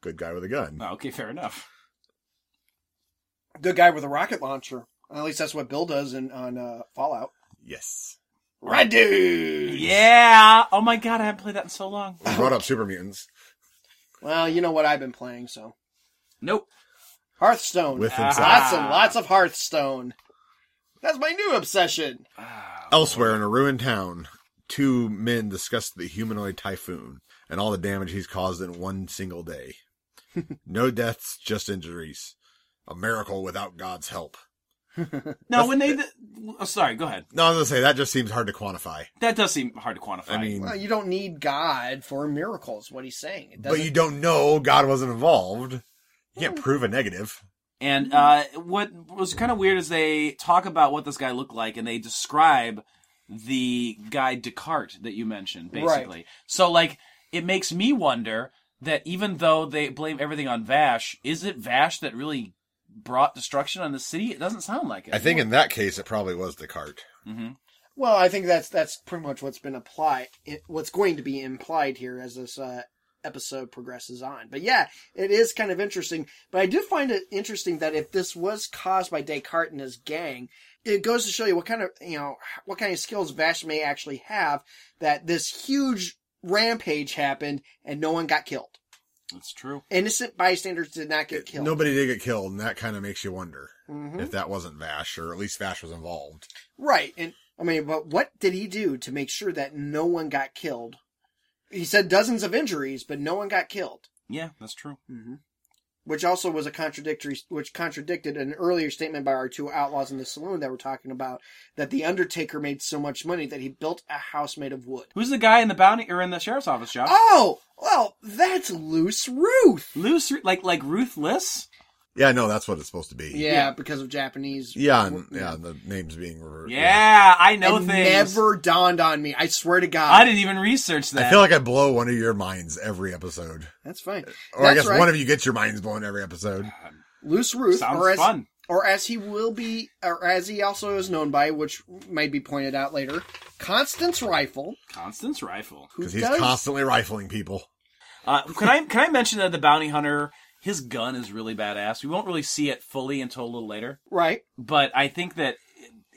Good guy with a gun. Oh, okay, fair enough. the guy with a rocket launcher. At least that's what Bill does in on uh, Fallout. Yes. Right, dude. Yeah. Oh my god, I haven't played that in so long. We brought up super mutants Well, you know what I've been playing, so Nope. Hearthstone. with Ah. himself lots and lots of Hearthstone. That's my new obsession. elsewhere in a ruined town. Two men discuss the humanoid typhoon and all the damage he's caused in one single day. no deaths, just injuries. A miracle without God's help. Now, when they, oh, sorry, go ahead. No, I was gonna say that just seems hard to quantify. That does seem hard to quantify. I mean, Well, you don't need God for a miracle, is what he's saying. It Oh. but doesn't you don't know God wasn't involved. You can't prove a negative. And uh, what was kind of weird is they talk about what this guy looked like, and they describe the guy Descartes that you mentioned, basically. So, like, it makes me wonder that even though they blame everything on Vash, is it Vash that really brought destruction on the city? It doesn't sound like it. I think in that case, it probably was the cart. Well, I think that's that's pretty much what's been applied, it- what's going to be implied here as this uh, episode progresses on. But yeah, it is kind of interesting. But I do find it interesting that if this was caused by Descartes and his gang, it goes to show you what kind of you know what kind of skills Vash may actually have. That this huge rampage happened and no one got killed. That's true. Innocent bystanders did not get killed. Mm-hmm. Nobody did get killed, and that kind of makes you wonder if that wasn't Vash, or at least Vash was involved. Right. And I mean, but what did he do to make sure that no one got killed? He said dozens of injuries, but no one got killed, Yeah, that's true. which also was a contradictory, which contradicted an earlier statement by our two outlaws in the saloon that were talking about that the Undertaker made so much money that he built a house made of wood. Who's the guy in the bounty or in the sheriff's office job? Oh, well, that's Loose Ruth. Loose, like like ruthless. Yeah, no, that's what it's supposed to be. Yeah, because of Japanese. Yeah, and, yeah, and the name's being reversed. Yeah, I know it things. never dawned on me. I swear to God. I didn't even research that. I feel like I blow one of your minds every episode. That's fine. Or That's I guess right. one of you gets your minds blown every episode. Uh, Loose Ruth, Sounds or as, fun. or as he will be, or as he also is known by, which may be pointed out later, Constance Rifle, Constance Rifle. who Because he's does constantly rifling people. Uh, can I can I mention that the bounty hunter his gun is really badass. We won't really see it fully until a little later, right. but I think that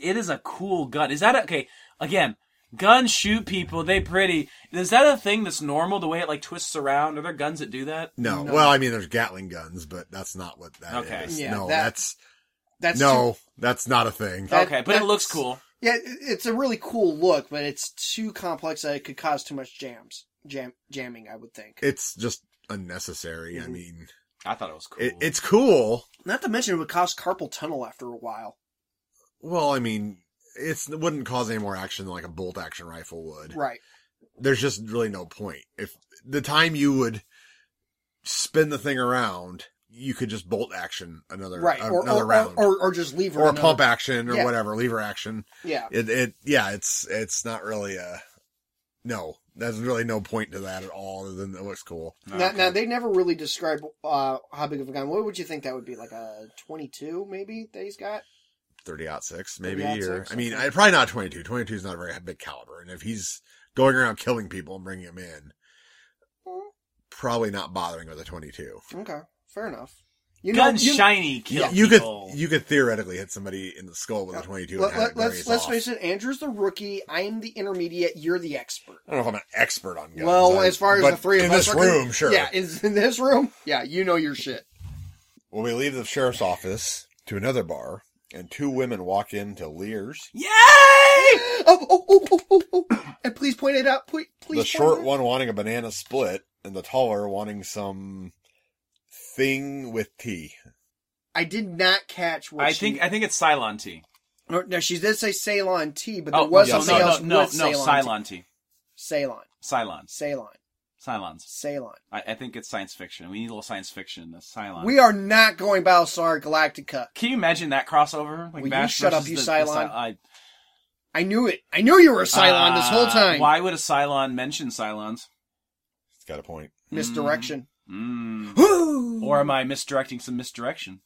it is a cool gun. Is that a, okay? Again, guns shoot people. They pretty. Is that a thing that's normal? The way it like twists around. Are there guns that do that? No. Well, I mean, there's Gatling guns, but that's not what that is. Okay. Yeah, no, that- that's, That's no, that's not a thing. That- okay, but it looks that's- cool. too- yeah, it- it's a really cool look, but it's too complex that it could cause too much jams, jam, jamming. I would think. it's just unnecessary. I mean, I thought it was cool. it, it's cool. Not to mention, it would cause carpal tunnel after a while. Well, I mean, it's, it wouldn't cause any more action than like a bolt action rifle would. Right. There's just really no point. If the time you would spin the thing around, you could just bolt action another, Right. a- Or another or, round. or or just leave her or a another- pump action or Yeah. whatever, lever action. Yeah. It, it, yeah, it's, it's not really a, no, there's really no point to that at all other than it looks cool. Now, now they never really describe uh, how big of a gun. What would you think that would be? Like a twenty-two, maybe that he's got. 30 out six, maybe, 30-06, or, I mean, okay. I, probably not 22. 22 is not a very big caliber. And if he's going around killing people and bringing them in, probably not bothering with a 22. Okay, fair enough. You gun you- shiny kill You could, people. you could theoretically hit somebody in the skull with a 22. Uh, Let, and have it us various let's off. face it. Andrew's the rookie. I'm the intermediate. You're the expert. I don't know if I'm an expert on guns. well, I- as far as but the three of in us this are con- room, sure. Yeah, is in this room. Yeah, you know your shit. Well, we leave the sheriff's office to another bar, and two women walk into Lear's. Yay! Oh, oh, oh, oh, oh, oh. And please point it out. Please, please. the point short it out. one wanting a banana split, and the taller wanting some thing with tea. I did not catch what I she- think I think it's Cylon tea. No, no, she did say Ceylon tea, but there Oh was no, something no, else no, with no, no, Ceylon. Cylon tea. Ceylon, Cylon. Ceylon, Cylons. Ceylon. I, I think it's science fiction. We need a little science fiction in this. Cylon. We are not going Battlestar Galactica. Can you imagine that crossover? Will you shut up, versus you the- the Cylon? Cy- I- I knew it. I knew you were Cylon this whole Uh, time. Why would a Cylon mention Cylons? It's got a point. Misdirection. Mm. Woo! Or am I misdirecting some misdirection?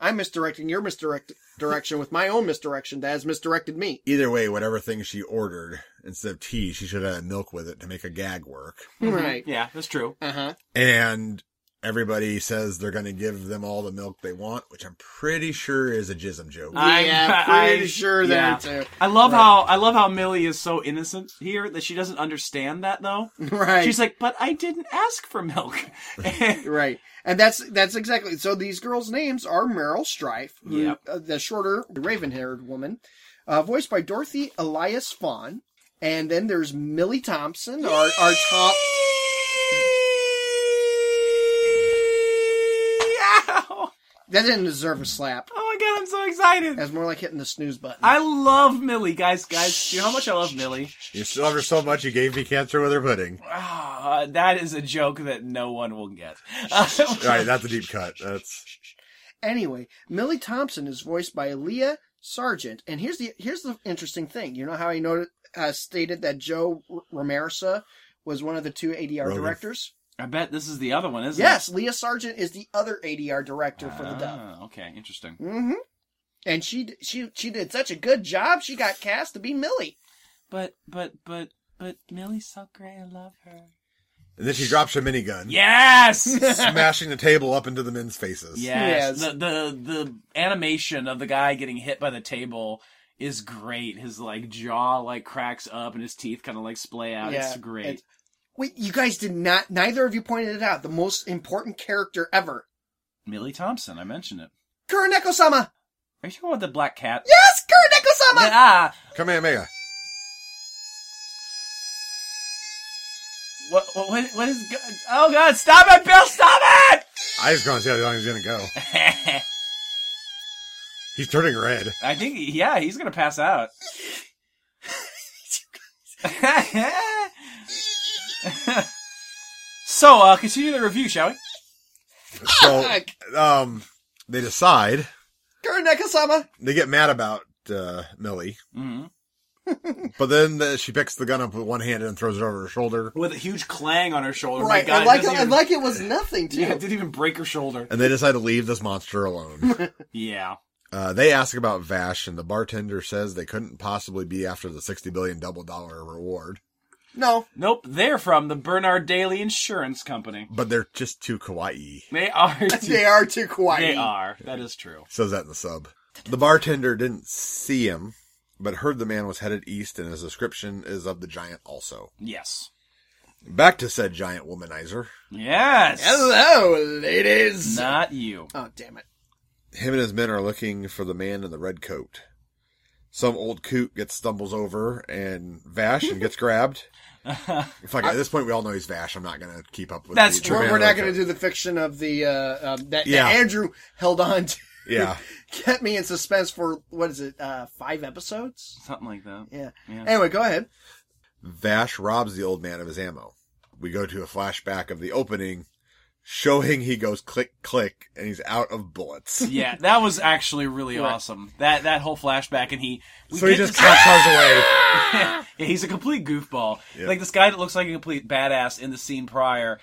I'm misdirecting your misdirect direction with my own misdirection that has misdirected me. Either way, whatever thing she ordered, instead of tea, she should have had milk with it to make a gag work. Mm-hmm. Right. Yeah, that's true. Uh huh. And everybody says they're going to give them all the milk they want, which I'm pretty sure is a jism joke. Yeah, pretty sure yeah. that too. I love how I love how Millie is so innocent here that she doesn't understand that though. Right. She's like, "But I didn't ask for milk." right. And that's that's exactly so. These girls' names are Meryl Strife, who, Yep. uh, the shorter raven-haired woman, uh, voiced by Dorothy Elias Fawn, and then there's Millie Thompson, our our top. Ow. That didn't deserve a slap. Oh my god, I'm so excited. That's more like hitting the snooze button. I love Millie, guys, guys. Do you know how much I love Millie? You still love her so much you gave me cancer with her pudding. Ah, that is a joke that no one will get. All right, that's a deep cut. That's Anyway, Millie Thompson is voiced by Leah Sargent, and here's the here's the interesting thing. You know how I noted, uh, stated that Joe R- Ramirez was one of the two ADR Rogan. directors. I bet this is the other one, isn't Yes, Leah Sargent is the other ADR director it? for the dub, Ah, okay, interesting. hmm and she d- she she did such a good job. She got cast to be Millie. But but but but Millie's so great. I love her. and then she drops a minigun, Yes. smashing the table up into the men's faces. Yes. Yes. The the the animation of the guy getting hit by the table is great. His like jaw like cracks up and his teeth kind of like splay out. it's great. and- wait, you guys did not. Neither of you pointed it out. The most important character ever, Millie Thompson, I mentioned it. Kuroneko sama. Are you talking about the black cat? Yes, Kuroneko sama. Ah, Come here, Mega. what, what, what, what is? go- Oh God! Stop it, Bill! Stop it! I just gonna see how long he's gonna go. He's turning red. I think, yeah, he's gonna pass out. so, uh, continue the review, shall we? So, um, they decide Kureneka-sama! they get mad about uh, Millie, hmm but then the, she picks the gun up with one hand and throws it over her shoulder, With a huge clang on her shoulder. Right, Oh My God, and like, it doesn't and even- like it was nothing, too. yeah, it didn't even break her shoulder. and they decide to leave this monster alone. Yeah. uh, they ask about Vash, and the bartender says they couldn't possibly be after the sixty billion double dollar reward, No, Nope, they're from the Bernard Daly Insurance Company. but they're just too kawaii. They are. they are too quiet. They are. That is true. Says that in the sub. The bartender didn't see him, but heard the man was headed east, and his description is of the giant also. Yes. Back to said giant womanizer. Yes. Hello, ladies! Not you. Oh, damn it. Him and his men are looking for the man in the red coat. Some old coot gets stumbles over and Vash and gets grabbed. Fuck, at this point, we all know he's Vash. I'm not gonna keep up with. That's the- the true. man in We're, we're the not red going to coat. do the fiction of the, uh, um, that, Yeah. that Andrew held on to. Yeah, Kept me in suspense for, what is it, uh, five episodes? Something like that. Yeah. Yeah. Anyway, go ahead. Vash robs the old man of his ammo. We go to a flashback of the opening, showing he goes click click, and he's out of bullets. Yeah, that was actually really awesome. That that whole flashback, and he we So he get just to see- cars away. yeah, he's a complete goofball. Like this guy that looks like a complete badass in the scene prior.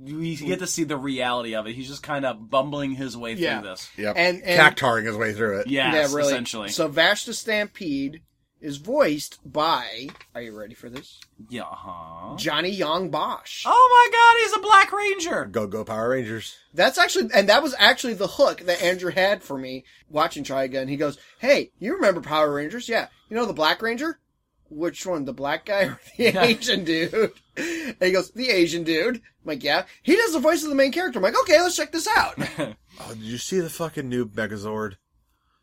We get to see the reality of it. He's just kind of bumbling his way Yeah. through this. Yep, And- and, and- cactaring his way through it. Yes, yeah, really. essentially. So Vash the Stampede is voiced by. Are you ready for this? yeah. Uh-huh. Johnny Young Bosch. Oh my God, he's a Black Ranger. Go go Power Rangers. That's actually, and that was actually the hook that Andrew had for me watching Try Again. He goes, "Hey, you remember Power Rangers? Yeah, you know the Black Ranger. Which one, the black guy or the Asian dude?" And he goes, "The Asian dude." I'm like, "Yeah, he does the voice of the main character." I'm like, "Okay, let's check this out." Oh, did you see the fucking new Megazord?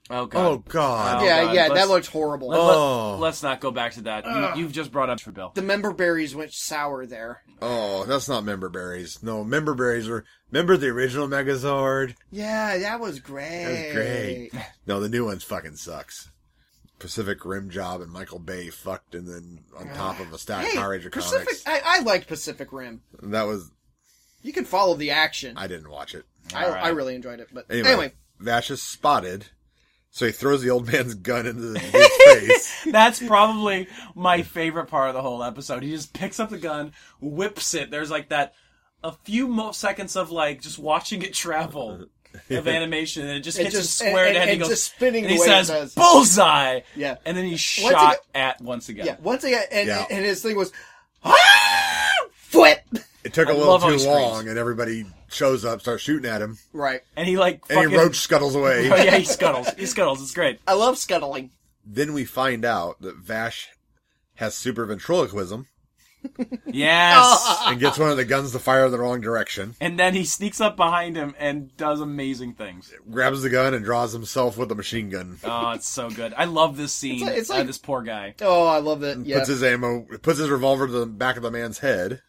Oh God. Oh god. Oh, yeah, God, yeah, let's- that looked horrible. Let- let- Oh. let's not go back to that. You, you've just brought up for Bill. the member berries went sour there. Oh, that's not member berries. No, member berries were remember the original Megazord. Yeah, that was great. That was great. No, the new one's fucking sucks. Pacific Rim Job and Michael Bay fucked, and then on top of a stack of Hey, Power Ranger Pacific. comics. I, I liked Pacific Rim. And that was You can follow the action. I I didn't watch it. I, All right. really enjoyed it. But Anyway, anyway, Vash is spotted, so he throws the old man's gun into the dude's face. That's probably my favorite part of the whole episode. He just picks up the gun, whips it. There's like that a few mo- seconds of like just watching it travel of animation, and it just It hits just- him square in and- the head. and he goes just spinning and he the way it says does. bullseye. Yeah. and then he's Once shot again- at once again. yeah. Once again, and, Yeah. and his thing was, ah, flip. It took a I little love how he too screams. long, and everybody shows up, starts shooting at him, Right. And he like and fucking, he roach scuttles away. Oh yeah, he scuttles. He scuttles. It's great. I love scuttling. Then we find out that Vash has super ventriloquism Oh. Yes. and gets one of the guns to fire the wrong direction, and then he sneaks up behind him and does amazing things. grabs the gun, and draws himself with a machine gun. Oh, it's so good. I love this scene. like- it's uh, like- this poor guy. Oh, I love it. Yeah. puts his ammo, puts his revolver to the back of the man's head.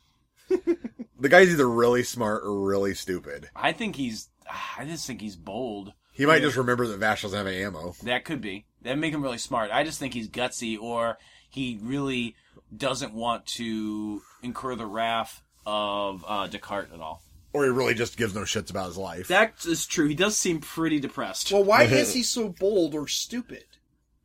the guy's either really smart or really stupid. I think he's. I just think he's bold. He might just remember that Vash doesn't have any ammo. That could be. That make him really smart. I just think he's gutsy, or he really doesn't want to incur the wrath of uh, Descartes at all. Or he really just gives no shits about his life. That is true. He does seem pretty depressed. well, why is he so bold or stupid?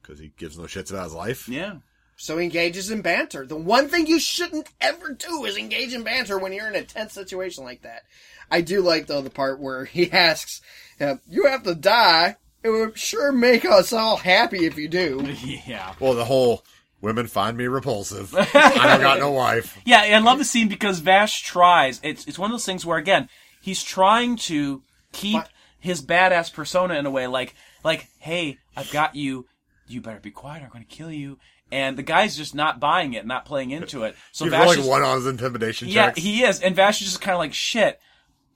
Because he gives no shits about his life. yeah. So he engages in banter. The one thing you shouldn't ever do is engage in banter when you're in a tense situation like that. I do like though the part where he asks, uh, "You have to die." It would sure make us all happy if you do. Yeah. Well, the whole women find me repulsive. I don't got no wife. Yeah, and I love the scene because Vash tries. It's it's one of those things where again, he's trying to keep his badass persona in a way, like like, hey, I've got you. You better be quiet. or I'm going to kill you. And the guy's just not buying it, not playing into it. So He's Vash rolling is, one on his intimidation yeah, checks. he is. And Vash is just kind of like shit.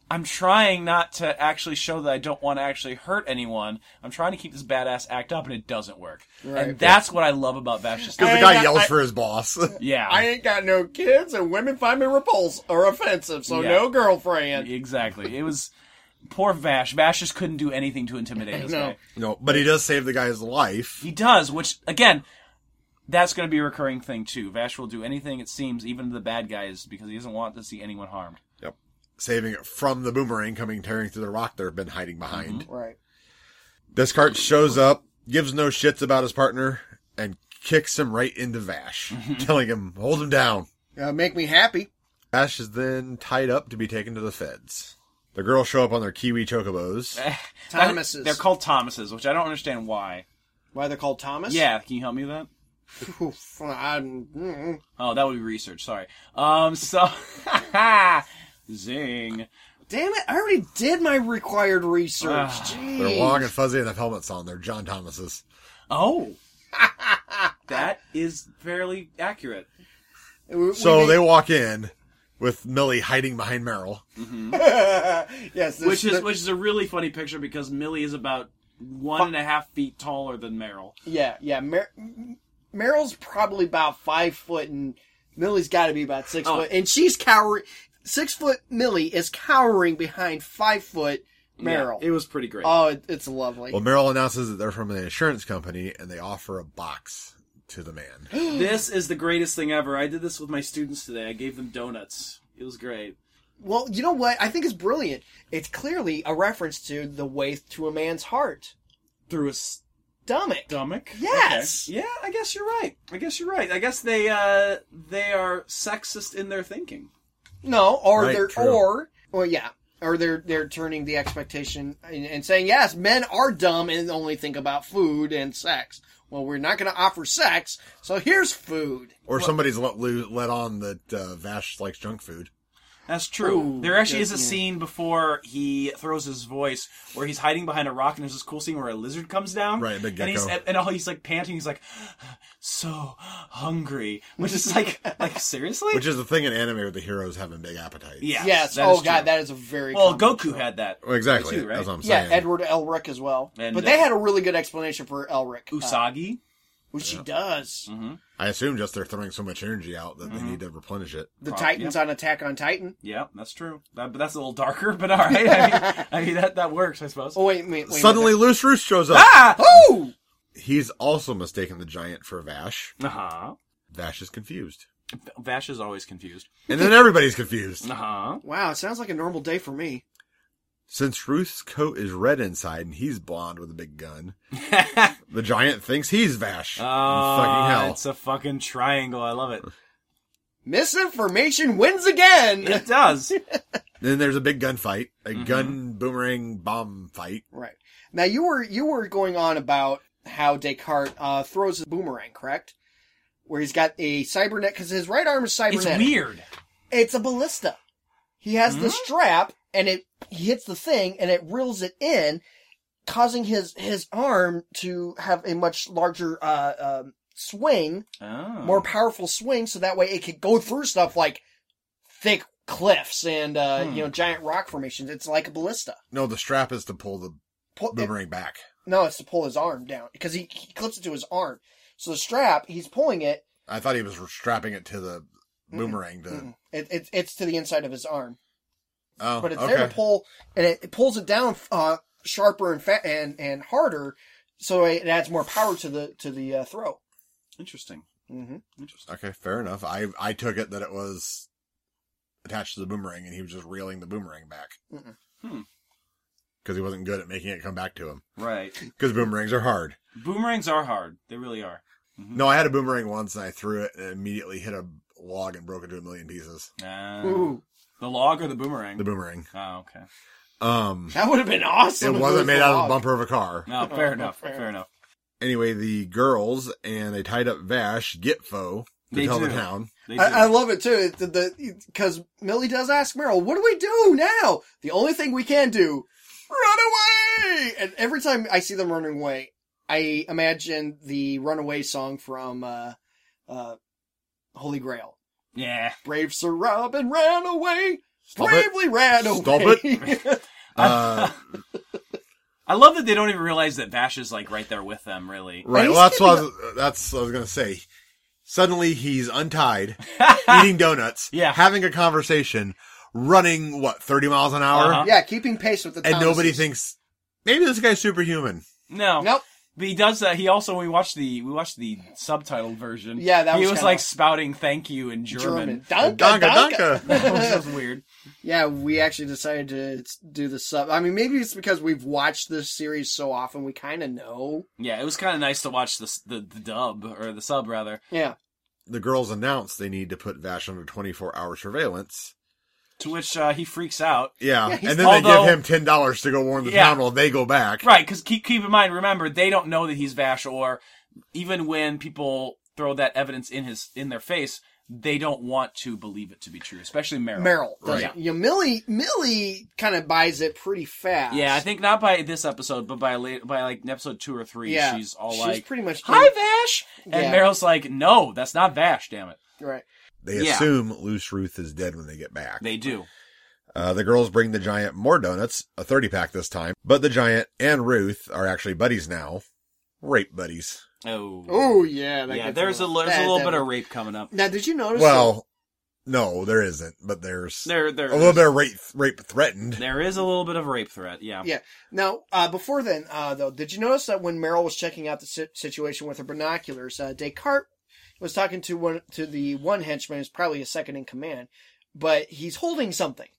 I'm trying not to actually show that I don't want to actually hurt anyone. I'm trying to keep this badass act up, and it doesn't work. And that's what I love about Vash's. Because the I- guy I- yells I- for his boss. yeah, I ain't got no kids, and women find me repulsive or offensive, so Yeah. no girlfriend. Exactly. It was poor Vash. Vash just couldn't do anything to intimidate this No. guy. no, but he does save the guy's life. He does, which again, that's going to be a recurring thing too. Vash will do anything it seems, even to the bad guys, because he doesn't want to see anyone harmed. saving it from the boomerang coming tearing through the rock they've been hiding behind. Right. Descartes shows up, gives no shits about his partner, and kicks him right into Vash, telling him, hold him down. Uh, make me happy. Vash is then tied up to be taken to the feds. The girls show up on their Kiwi chocobos. Thomases. They're called Thomases, which I don't understand why. Why they're called Thomas? Yeah, can you help me with that? Oof, I'm- mm. Oh, that would be research. Sorry. Um, so, zing. Damn it! I already did my required research. Ah, Jeez. They're long and fuzzy and have helmets on. They're John Thomas's. Oh, that is fairly accurate. We- we So made- they walk in with Millie hiding behind Merrill. yes, this- Which is the- which is a really funny picture because Millie is about one and a half feet taller than Meryl. yeah, yeah. Mer- Meryl's probably about five foot, and Millie's got to be about six Oh. foot, and she's cowering. Six foot Millie is cowering behind five foot Meryl. Yeah, it was pretty great. oh, it, it's lovely. Well, Merrill announces that they're from an insurance company and they offer a box to the man. this is the greatest thing ever. I did this with my students today. I gave them donuts. It was great. Well, you know what? I think it's brilliant. It's clearly a reference to the way to a man's heart, Through a stomach. stomach. Yes. Yes. Yeah, I guess you're right. I guess you're right. I guess they uh they are sexist in their thinking. No, or Right, they're true. or or yeah, or they're they're turning the expectation and, and saying yes, men are dumb and only think about food and sex. Well, we're not going to offer sex, so here's food. Or somebody's let, loo- let on that uh, Vash likes junk food. That's true. Ooh, there actually is a Oh, yeah. scene before he throws his voice where he's hiding behind a rock, and there's this cool scene where a lizard comes down. Right, a big And he's, gecko. and all he's like panting. He's like, "So hungry," which is like, like seriously. Which is the thing in anime where the heroes having big appetites. yeah. Yes. that oh is god, true. that is a very Well, common Goku trope. had that. Well, exactly. Too, right? That's what I'm Yeah, saying. Edward Elric as well. And, but uh, they had a really good explanation for Elric, uh, Usagi. Mm-hmm. which he does. I assume just they're throwing so much energy out that Mm-hmm. they need to replenish it. The Prob- Titans on Attack on Titan. Yeah, that's true. That, but that's a little darker. But all right, I mean, I mean that that works, I suppose. Oh wait, wait, wait Suddenly, Loose Roost shows up. Ah! Oh, He's also mistaken the giant for Vash. Uh Uh-huh. huh. Vash is confused. Vash is always confused. And then everybody's confused. Uh huh. wow! It sounds like a normal day for me. Since Ruth's coat is red inside and he's blonde with a big gun, the giant thinks he's Vash. Oh, fucking hell. Uh, It's a fucking triangle. I love it. Misinformation wins again. It does. Then there's a big gunfight, a Mm-hmm. gun boomerang bomb fight. Right. Now you were you were going on about how Descartes uh, throws his boomerang, correct? Where he's got a cybernet because his right arm is It's cybernetic. weird. Hmm? It's a ballista. He has the strap, and it he hits the thing, and it reels it in, causing his his arm to have a much larger uh, um swing, Oh. more powerful swing, so that way it could go through stuff like thick cliffs and uh, you know Hmm. giant rock formations. It's like a ballista. No, the strap is to pull the Pull- it- boomerang back. No, it's to pull his arm down because he, he clips it to his arm. So the strap, he's pulling it. I thought he was strapping it to the boomerang. To It, it it's to the inside of his arm, oh, but it's okay. there to pull, and it, it pulls it down uh, sharper and fat and and harder, so it adds more power to the to the uh, throw. Interesting. hmm Interesting. Okay, fair enough. I I took it that it was attached to the boomerang, and he was just reeling the boomerang back. Mm-mm. Hmm. Because he wasn't good at making it come back to him. Right. Because boomerangs are hard. Boomerangs are hard. They really are. No, I had a boomerang once, and I threw it, and it immediately hit a log and broke into a million pieces. Uh, Ooh, The log or the boomerang? The boomerang. oh, okay. Um, that would have been awesome. it if wasn't was made out of log. the bumper of a car. No, Oh, fair enough. Fair, enough. Anyway, the girls and they tied up Vash get foe to They tell the do. town. They do. I, I love it too. The- The because Millie does ask Meryl, "What do we do now?" The only thing we can do, run away. And every time I see them running away, I imagine the runaway song from uh, uh, Holy Grail. yeah. Brave Sir Robin ran away, Stop it. bravely ran away. Stop it. Uh, I love that they don't even realize that Vash is like right there with them. Really. right. he's Well, that's what I giving was, uh, that's what I was gonna say. Suddenly, he's untied, eating donuts, Yeah. having a conversation, running what thirty miles an hour, Uh-huh. yeah, keeping pace with the and nobody Thomases. thinks maybe this guy's superhuman. No. Nope. But he does that. He also we watched the we watched the subtitled version. Yeah, that he was was kinda- like spouting thank you in German. German. Danke, Danke, danke. that, was, that was weird. Yeah, we actually decided to do the sub. I mean, maybe it's because we've watched this series so often, we kind of know. Yeah, it was kind of nice to watch the, s- the the dub or the sub rather. Yeah. The girls announce they need to put Vash under 24 hour surveillance. To which uh, he freaks out. Yeah. Yeah, he's- and then Although- they give him $10 to go warn the Yeah. town while they go back. Right, because keep keep in mind, remember they don't know that he's Vash, or even when people throw that evidence in his in their face, they don't want to believe it to be true, especially Meryl. Meryl. does Right. it. Yeah, Millie, Millie kind of buys it pretty fast. Yeah, I think not by this episode, but by late, by like episode two or three, Yeah. she's all She's like, pretty much- "Hi, Vash," and Yeah. Meryl's like, "No, that's not Vash. Damn it!" Right. They Yeah. assume Loose Ruth is dead when they get back. They do. Uh, the girls bring the giant more donuts, a 30 pack this time, but the giant and Ruth are actually buddies now. Rape buddies. Oh, Oh, yeah. that yeah. gets There's a little- li- there's a that- little that- bit of rape coming up. Now, did you notice? Well, no, there isn't, but there's There, there, a little bit of rape, rape threatened. there is a little bit of rape threat. Yeah. that- Yeah. Now, uh, before then, uh, though, did you notice that when Meryl was checking out the si- situation with her binoculars, uh, Descartes was talking to one to the one henchman, who's probably his second in command, but he's holding something.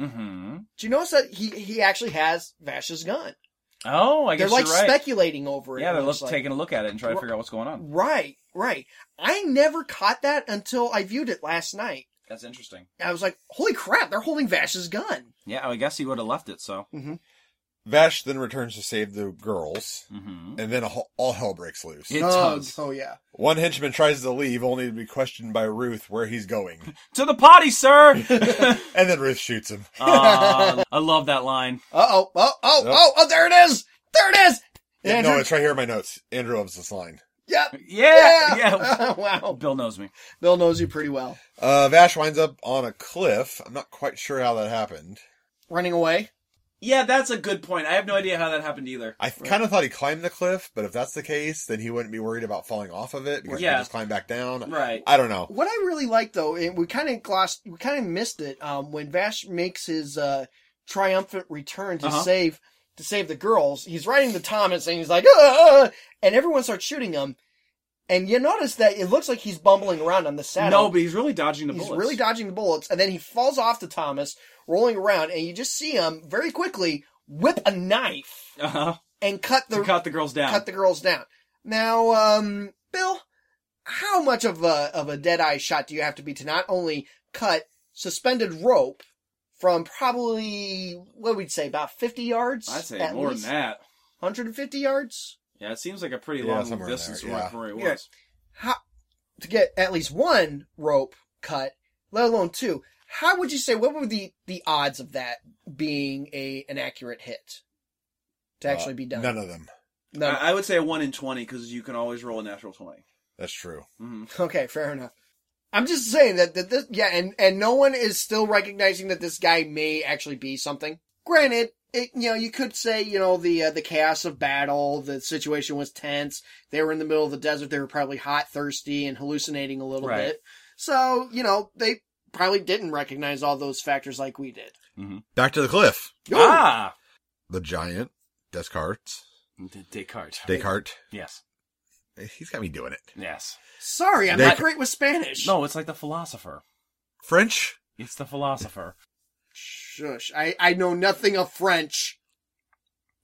Mm-hmm. Do you notice that he he actually has Vash's gun? Oh, I They're guess like you're right. speculating over it. Yeah, they're and it's look, like- taking a look at it and trying to figure out what's going on. Right, right. I never caught that until I viewed it last night. That's interesting. I was like, "Holy crap! They're holding Vash's gun." Yeah, I guess he would have left it. So, Vash then returns to save the girls, mm-hmm. and then a ho- all hell breaks loose. it oh, does oh yeah. One henchman tries to leave, only to be questioned by Ruth where he's going. to the potty, sir. and then Ruth shoots him. Ah, I love that line. Uh oh. Oh oh oh oh! There it is. There it is. Yeah, Andrew- no, it's right here in my notes. Andrew loves this line. Yep. Yeah, yeah. wow. Bill knows me. Bill knows you pretty well. Uh, Vash winds up on a cliff. I'm not quite sure how that happened. Running away. Yeah, that's a good point. I have no idea how that happened either. I kind of thought he climbed the cliff, but if that's the case, then he wouldn't be worried about falling off of it because he Yeah. can just climb back down. Right. I don't know. What I really like though, and we kind of glossed, we kind of missed it. Um, when Vash makes his uh triumphant return to Uh-huh. save to save the girls, he's riding the Thomas, and he's like, "Ah!" and everyone starts shooting him. And you notice that it looks like he's bumbling around on the saddle. No, but he's really dodging the he's bullets. really dodging the bullets, and then he falls off to Thomas, rolling around, and you just see him very quickly whip a knife uh-huh. and cut the to cut the girls down. cut the girls down. Now, um, Bill, how much of a of a dead eye shot do you have to be to not only cut suspended rope from probably what we'd say about fifty yards? I'd say more than that. hundred and fifty yards Yeah, it seems like a pretty Yeah, long somewhere in distance there, from yeah. from where it was. Yeah. to get at least one rope cut, let alone two. How would you say what were the the odds of that being a an accurate hit to actually Uh, be done? None of them. No. I, I would say a one in twenty because you can always roll a natural twenty. That's true. hmm Okay, fair enough. I'm just saying that, that this, yeah, and, and no one is still recognizing that this guy may actually be something. Granted, it, you know, you could say, you know, the, uh, the chaos of battle, the situation was tense, they were in the middle of the desert, they were probably hot, thirsty, and hallucinating a little Right. bit. So, you know, they probably didn't recognize all those factors like we did. Back to the cliff. Ah, The giant, Descartes. D- Descartes. Descartes. yes, He's got me doing it. yes. Sorry, I'm They- not great with Spanish. No, it's like the philosopher. French. It's the philosopher. Shush, I, I know nothing of French.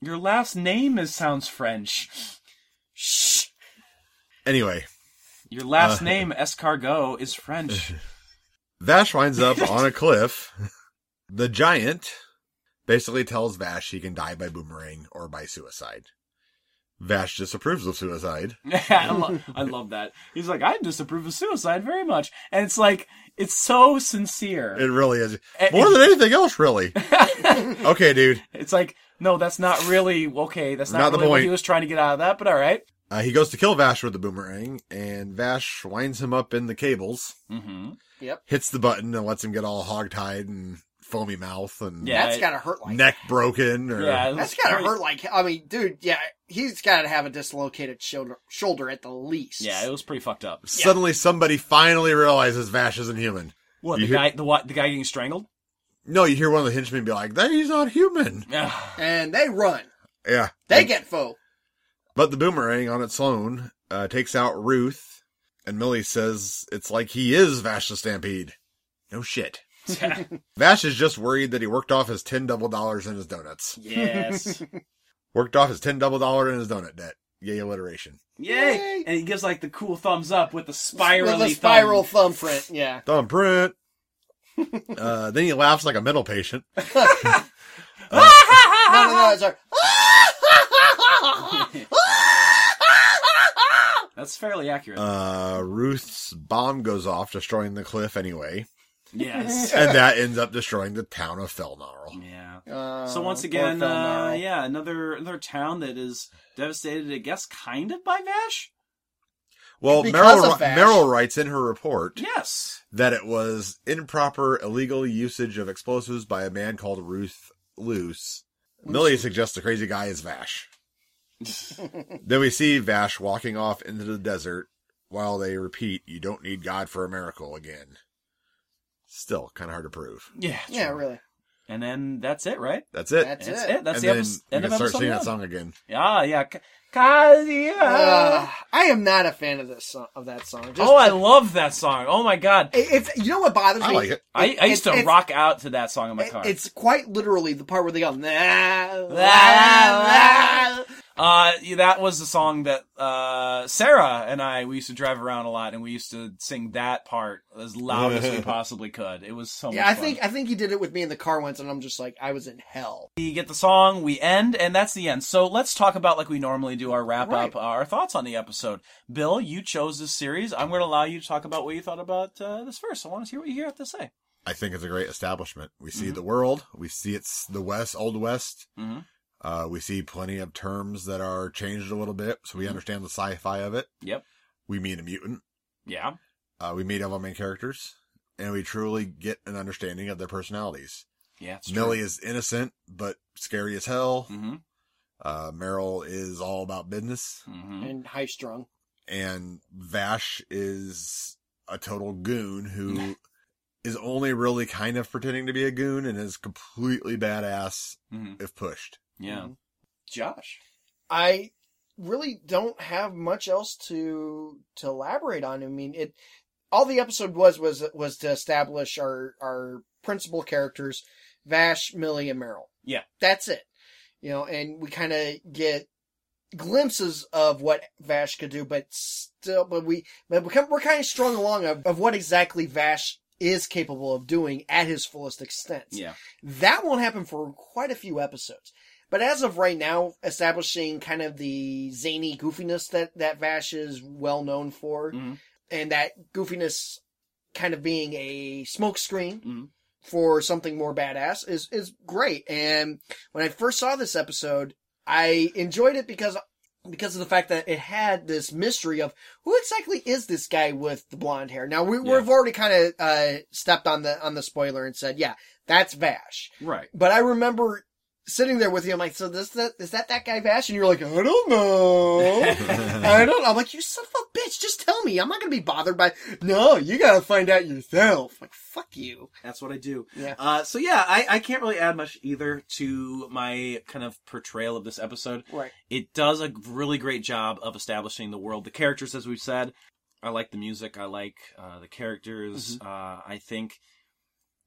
Your last name is sounds French. Shh. Anyway, Your last Uh. name escargot is French. Vash winds up on a cliff. The giant basically tells Vash he can die by boomerang or by suicide. Vash disapproves of suicide. I, lo- I love that. He's like, I disapprove of suicide very much, and it's like it's so sincere. It really is. And- More than anything else, really. okay, dude. It's like, no, that's not really okay. That's not, Not the really what point. he was trying to get out of that. But all right. Uh, he goes to kill Vash with the boomerang, and Vash winds him up in the cables, Mm-hmm. Yep. hits the button, and lets him get all hogtied and foamy mouth and Yeah, That's I- gotta hurt like neck broken. Or Yeah, That's gotta hurt like I mean, dude, yeah, he's gotta have a dislocated shoulder shoulder at the least. Yeah, it was pretty fucked up. Suddenly, somebody finally realizes Vash isn't human. What You the hear- guy? The what? The guy getting strangled? No, you hear one of the henchmen be like, "That he's not human." Ugh. and they run. Yeah, They get foe. But the boomerang on its own uh, takes out Ruth, and Millie says it's like he is Vash the Stampede. No shit. Vash is just worried that he worked off his ten double dollars and his donuts. Yes. Worked off his ten double dollar and his donut debt. Yay alliteration. Yay. Yay. And he gives like the cool thumbs up with the spirally With a thumb. spiral thumbprint. Yeah. Thumbprint. uh, then he laughs like a mental patient. No, no, no. It's our, That's fairly accurate. Uh, Ruth's bomb goes off, destroying the cliff anyway, yes. and that ends up destroying the town of Felnarl. yeah. Uh, So once poor again, Phil uh, Narl. yeah, another another town that is devastated, I guess, kind of by Vash. Well, Because Merrill, of Vash. Merrill writes in her report Yes. that it was improper, illegal usage of explosives by a man called Ruth Luce. Millie suggests the crazy guy is Vash. then we see Vash walking off into the desert while they repeat, You don't need God for a miracle again. Still, kind of hard to prove. Yeah. Yeah, true. really. And then that's it, right? That's it. That's That's it. it. That's and the then episode. we can End of start episode singing one. that song again. Yeah, yeah. Ca- Cause yeah. Uh, I am not a fan of this song, of that song. Just, oh, I love that song. Oh my god. If you know what bothers I me, like it. I, I used to it's- rock out to that song in my it- car. it's quite literally the part where they go. "Nah, la, la, la." Uh, yeah, that was the song that uh, Sarah and I we used to drive around a lot, and we used to sing that part as loud as we possibly could. It was so much Yeah, I fun. think I think he did it with me in the car once, and I'm just like, I was in hell. we get the song, we end, and that's the end. So let's talk about like we normally do our wrap up, Right. uh, our thoughts on the episode. Bill, you chose this series. I'm going to allow you to talk about what you thought about uh, this first. I want to hear what you have to say. I think it's a great establishment. We Mm-hmm. see the world. We see it's the West, Old West. Mhm. Uh, we see plenty of terms that are changed a little bit, so we understand the sci-fi of it. Mm-hmm. Yep. We meet a mutant. Yeah. Uh, we meet all our main characters, and we truly get an understanding of their personalities. Yeah. It's Millie is innocent but scary as hell. Mm-hmm. Uh, Meryl is all about business, Mm-hmm. And high strung. and Vash is a total goon who is only really kind of pretending to be a goon and is completely badass Mm-hmm. if pushed. Mm-hmm. Yeah. Josh, I really don't have much else to to elaborate on. I mean, it all the episode was was was to establish our our principal characters, Vash, Millie, and Meryl. Yeah. that's it. You know, and we kind of get glimpses of what Vash could do, but still, but we but we come, we're kind of strung along of, of what exactly Vash is capable of doing at his fullest extent. Yeah. That won't happen for quite a few episodes. But as of right now, establishing kind of the zany goofiness that, that Vash is well known for, Mhm. and that goofiness kind of being a smokescreen Mhm. for something more badass is, is great. And when I first saw this episode, I enjoyed it because because of the fact that it had this mystery of who exactly is this guy with the blonde hair. Now we, Yeah. we've already kind of uh, stepped on the on the spoiler and said, yeah, that's Vash. Right. But I remember sitting there with you. I'm like, so this that is that that guy Vash? And you're like, I don't know. I don't. know. I'm like, you son of a bitch. Just tell me. I'm not gonna be bothered by. No, you gotta find out yourself. Like, fuck you. That's what I do. Yeah. Uh, so yeah, I, I can't really add much either to my kind of portrayal of this episode. Right. It does a really great job of establishing the world, the characters, as we've said. I like the music. I like uh, the characters. Uh, I think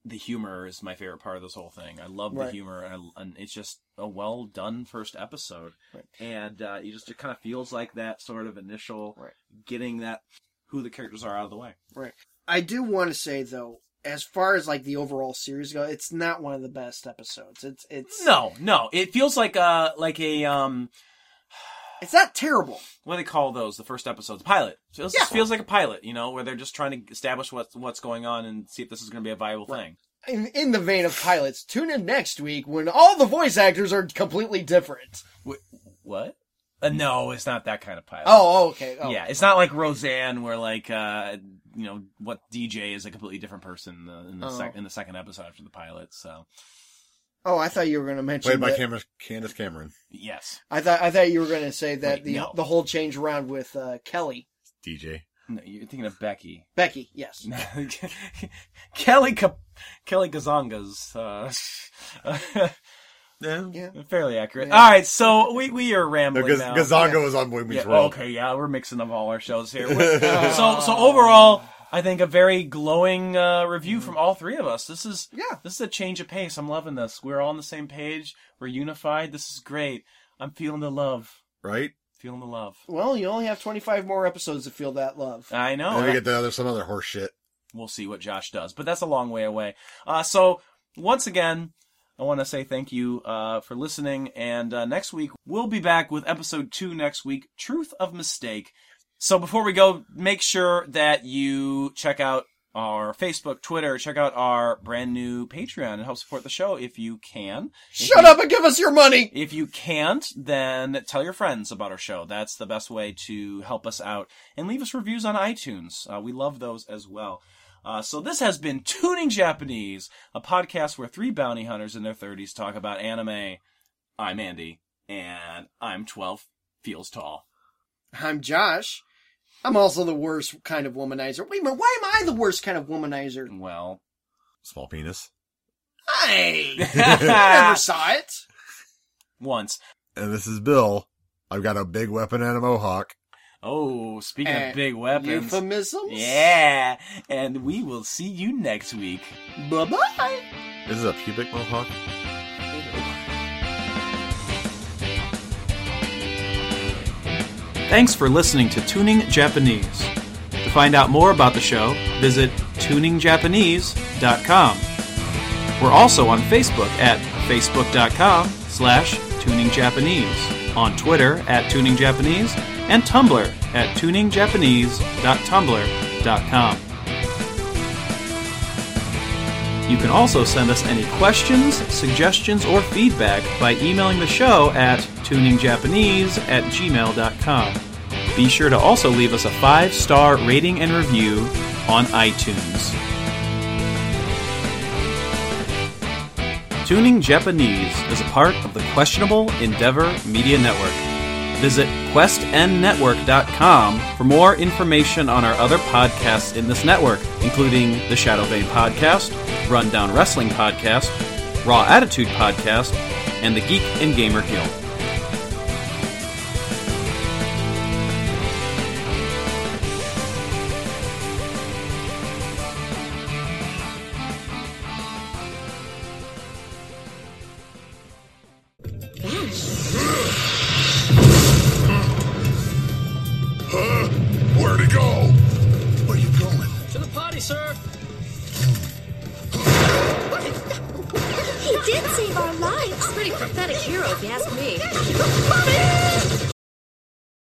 the humor is my favorite part of this whole thing. I love the Right. humor, and, I, and it's just a well done first episode. Right. And uh, you just it kind of feels like that sort of initial Right. getting that who the characters are out of the way. I do want to say though, as far as like the overall series go, it's not one of the best episodes. It's it's No, no, it feels like a like a um. it's not terrible. what do they call those? The first episodes, pilot. So this Yeah. feels like a pilot, you know, where they're just trying to establish what's what's going on and see if this is going to be a viable thing. In, in the vein of pilots, tune in next week when all the voice actors are completely different. What? Uh, no, it's not that kind of pilot. Oh, okay. Oh. yeah, it's not like Roseanne, where like uh, you know what DJ is a completely different person in the, in the, sec- Oh. in the second episode after the pilot. So Oh, I thought you were going to mention. Played by that- Cam- Candace Cameron. yes, I thought I thought you were going to say that Wait, the no. the whole change around with uh, Kelly DJ. no, you're thinking of Becky, Becky. Yes. Kelly Ka- Kelly Kazanga's. Uh, Yeah. Yeah. Fairly accurate. All right, so we, we are No, rambling Gaz- now. Gonzaga was on Boy Meets Yeah, World. okay, yeah, we're mixing up all our shows here. We're- so so overall, I think a very glowing uh, review from all three of us. This is Yeah. this is a change of pace. I'm loving this. We're all on the same page. We're unified. This is great. I'm feeling the love. Right? Feeling the love. Well, you only have 25 more episodes to feel that love. I know. And then we get the other some other horse shit. we'll see what Josh does, but that's a long way away. Uh, so once again, I want to say thank you uh, for listening, and uh, next week we'll be back with episode two. Next week, Truth of Mistake. So before we go, make sure that you check out our Facebook, Twitter, check out our brand new Patreon and help support the show if you can. Shut up and give us your money! If you can't, then tell your friends about our show. That's the best way to help us out. And leave us reviews on iTunes. Uh, we love those as well. Uh, so this has been Tuning Japanese, a podcast where three bounty hunters in their 30s talk about anime. I'm Andy, and I'm 12 feels tall. I'm Josh. I'm also the worst kind of womanizer. Wait a minute, why am I the worst kind of womanizer? Well, Small penis. I never saw it. once. And this is Bill. I've got a big weapon and a mohawk. Oh, speaking Eh, of big weapons. Euphemisms? yeah, and we will see you next week. Bye bye. Is it a pubic mohawk? Thanks for listening to Tuning Japanese. To find out more about the show, visit tuningjapanese.com. We're also on Facebook at facebook.com slash tuningjapanese, on Twitter at tuningjapanese, and Tumblr at tuningjapanese.tumblr.com. You can also send us any questions, suggestions, or feedback by emailing the show at tuningjapanese at gmail.com. Be sure to also leave us a five star rating and review on iTunes. Tuning Japanese is a part of the Questionable Endeavor Media Network. Visit questnnetwork.com for more information on our other podcasts in this network, including the Shadow Vein Podcast, Rundown Wrestling Podcast, Raw Attitude Podcast, and the Geek and Gamer Guild. Where'd he go? Where you going? To the potty, sir. He did save our lives. Pretty pathetic hero, if you ask me.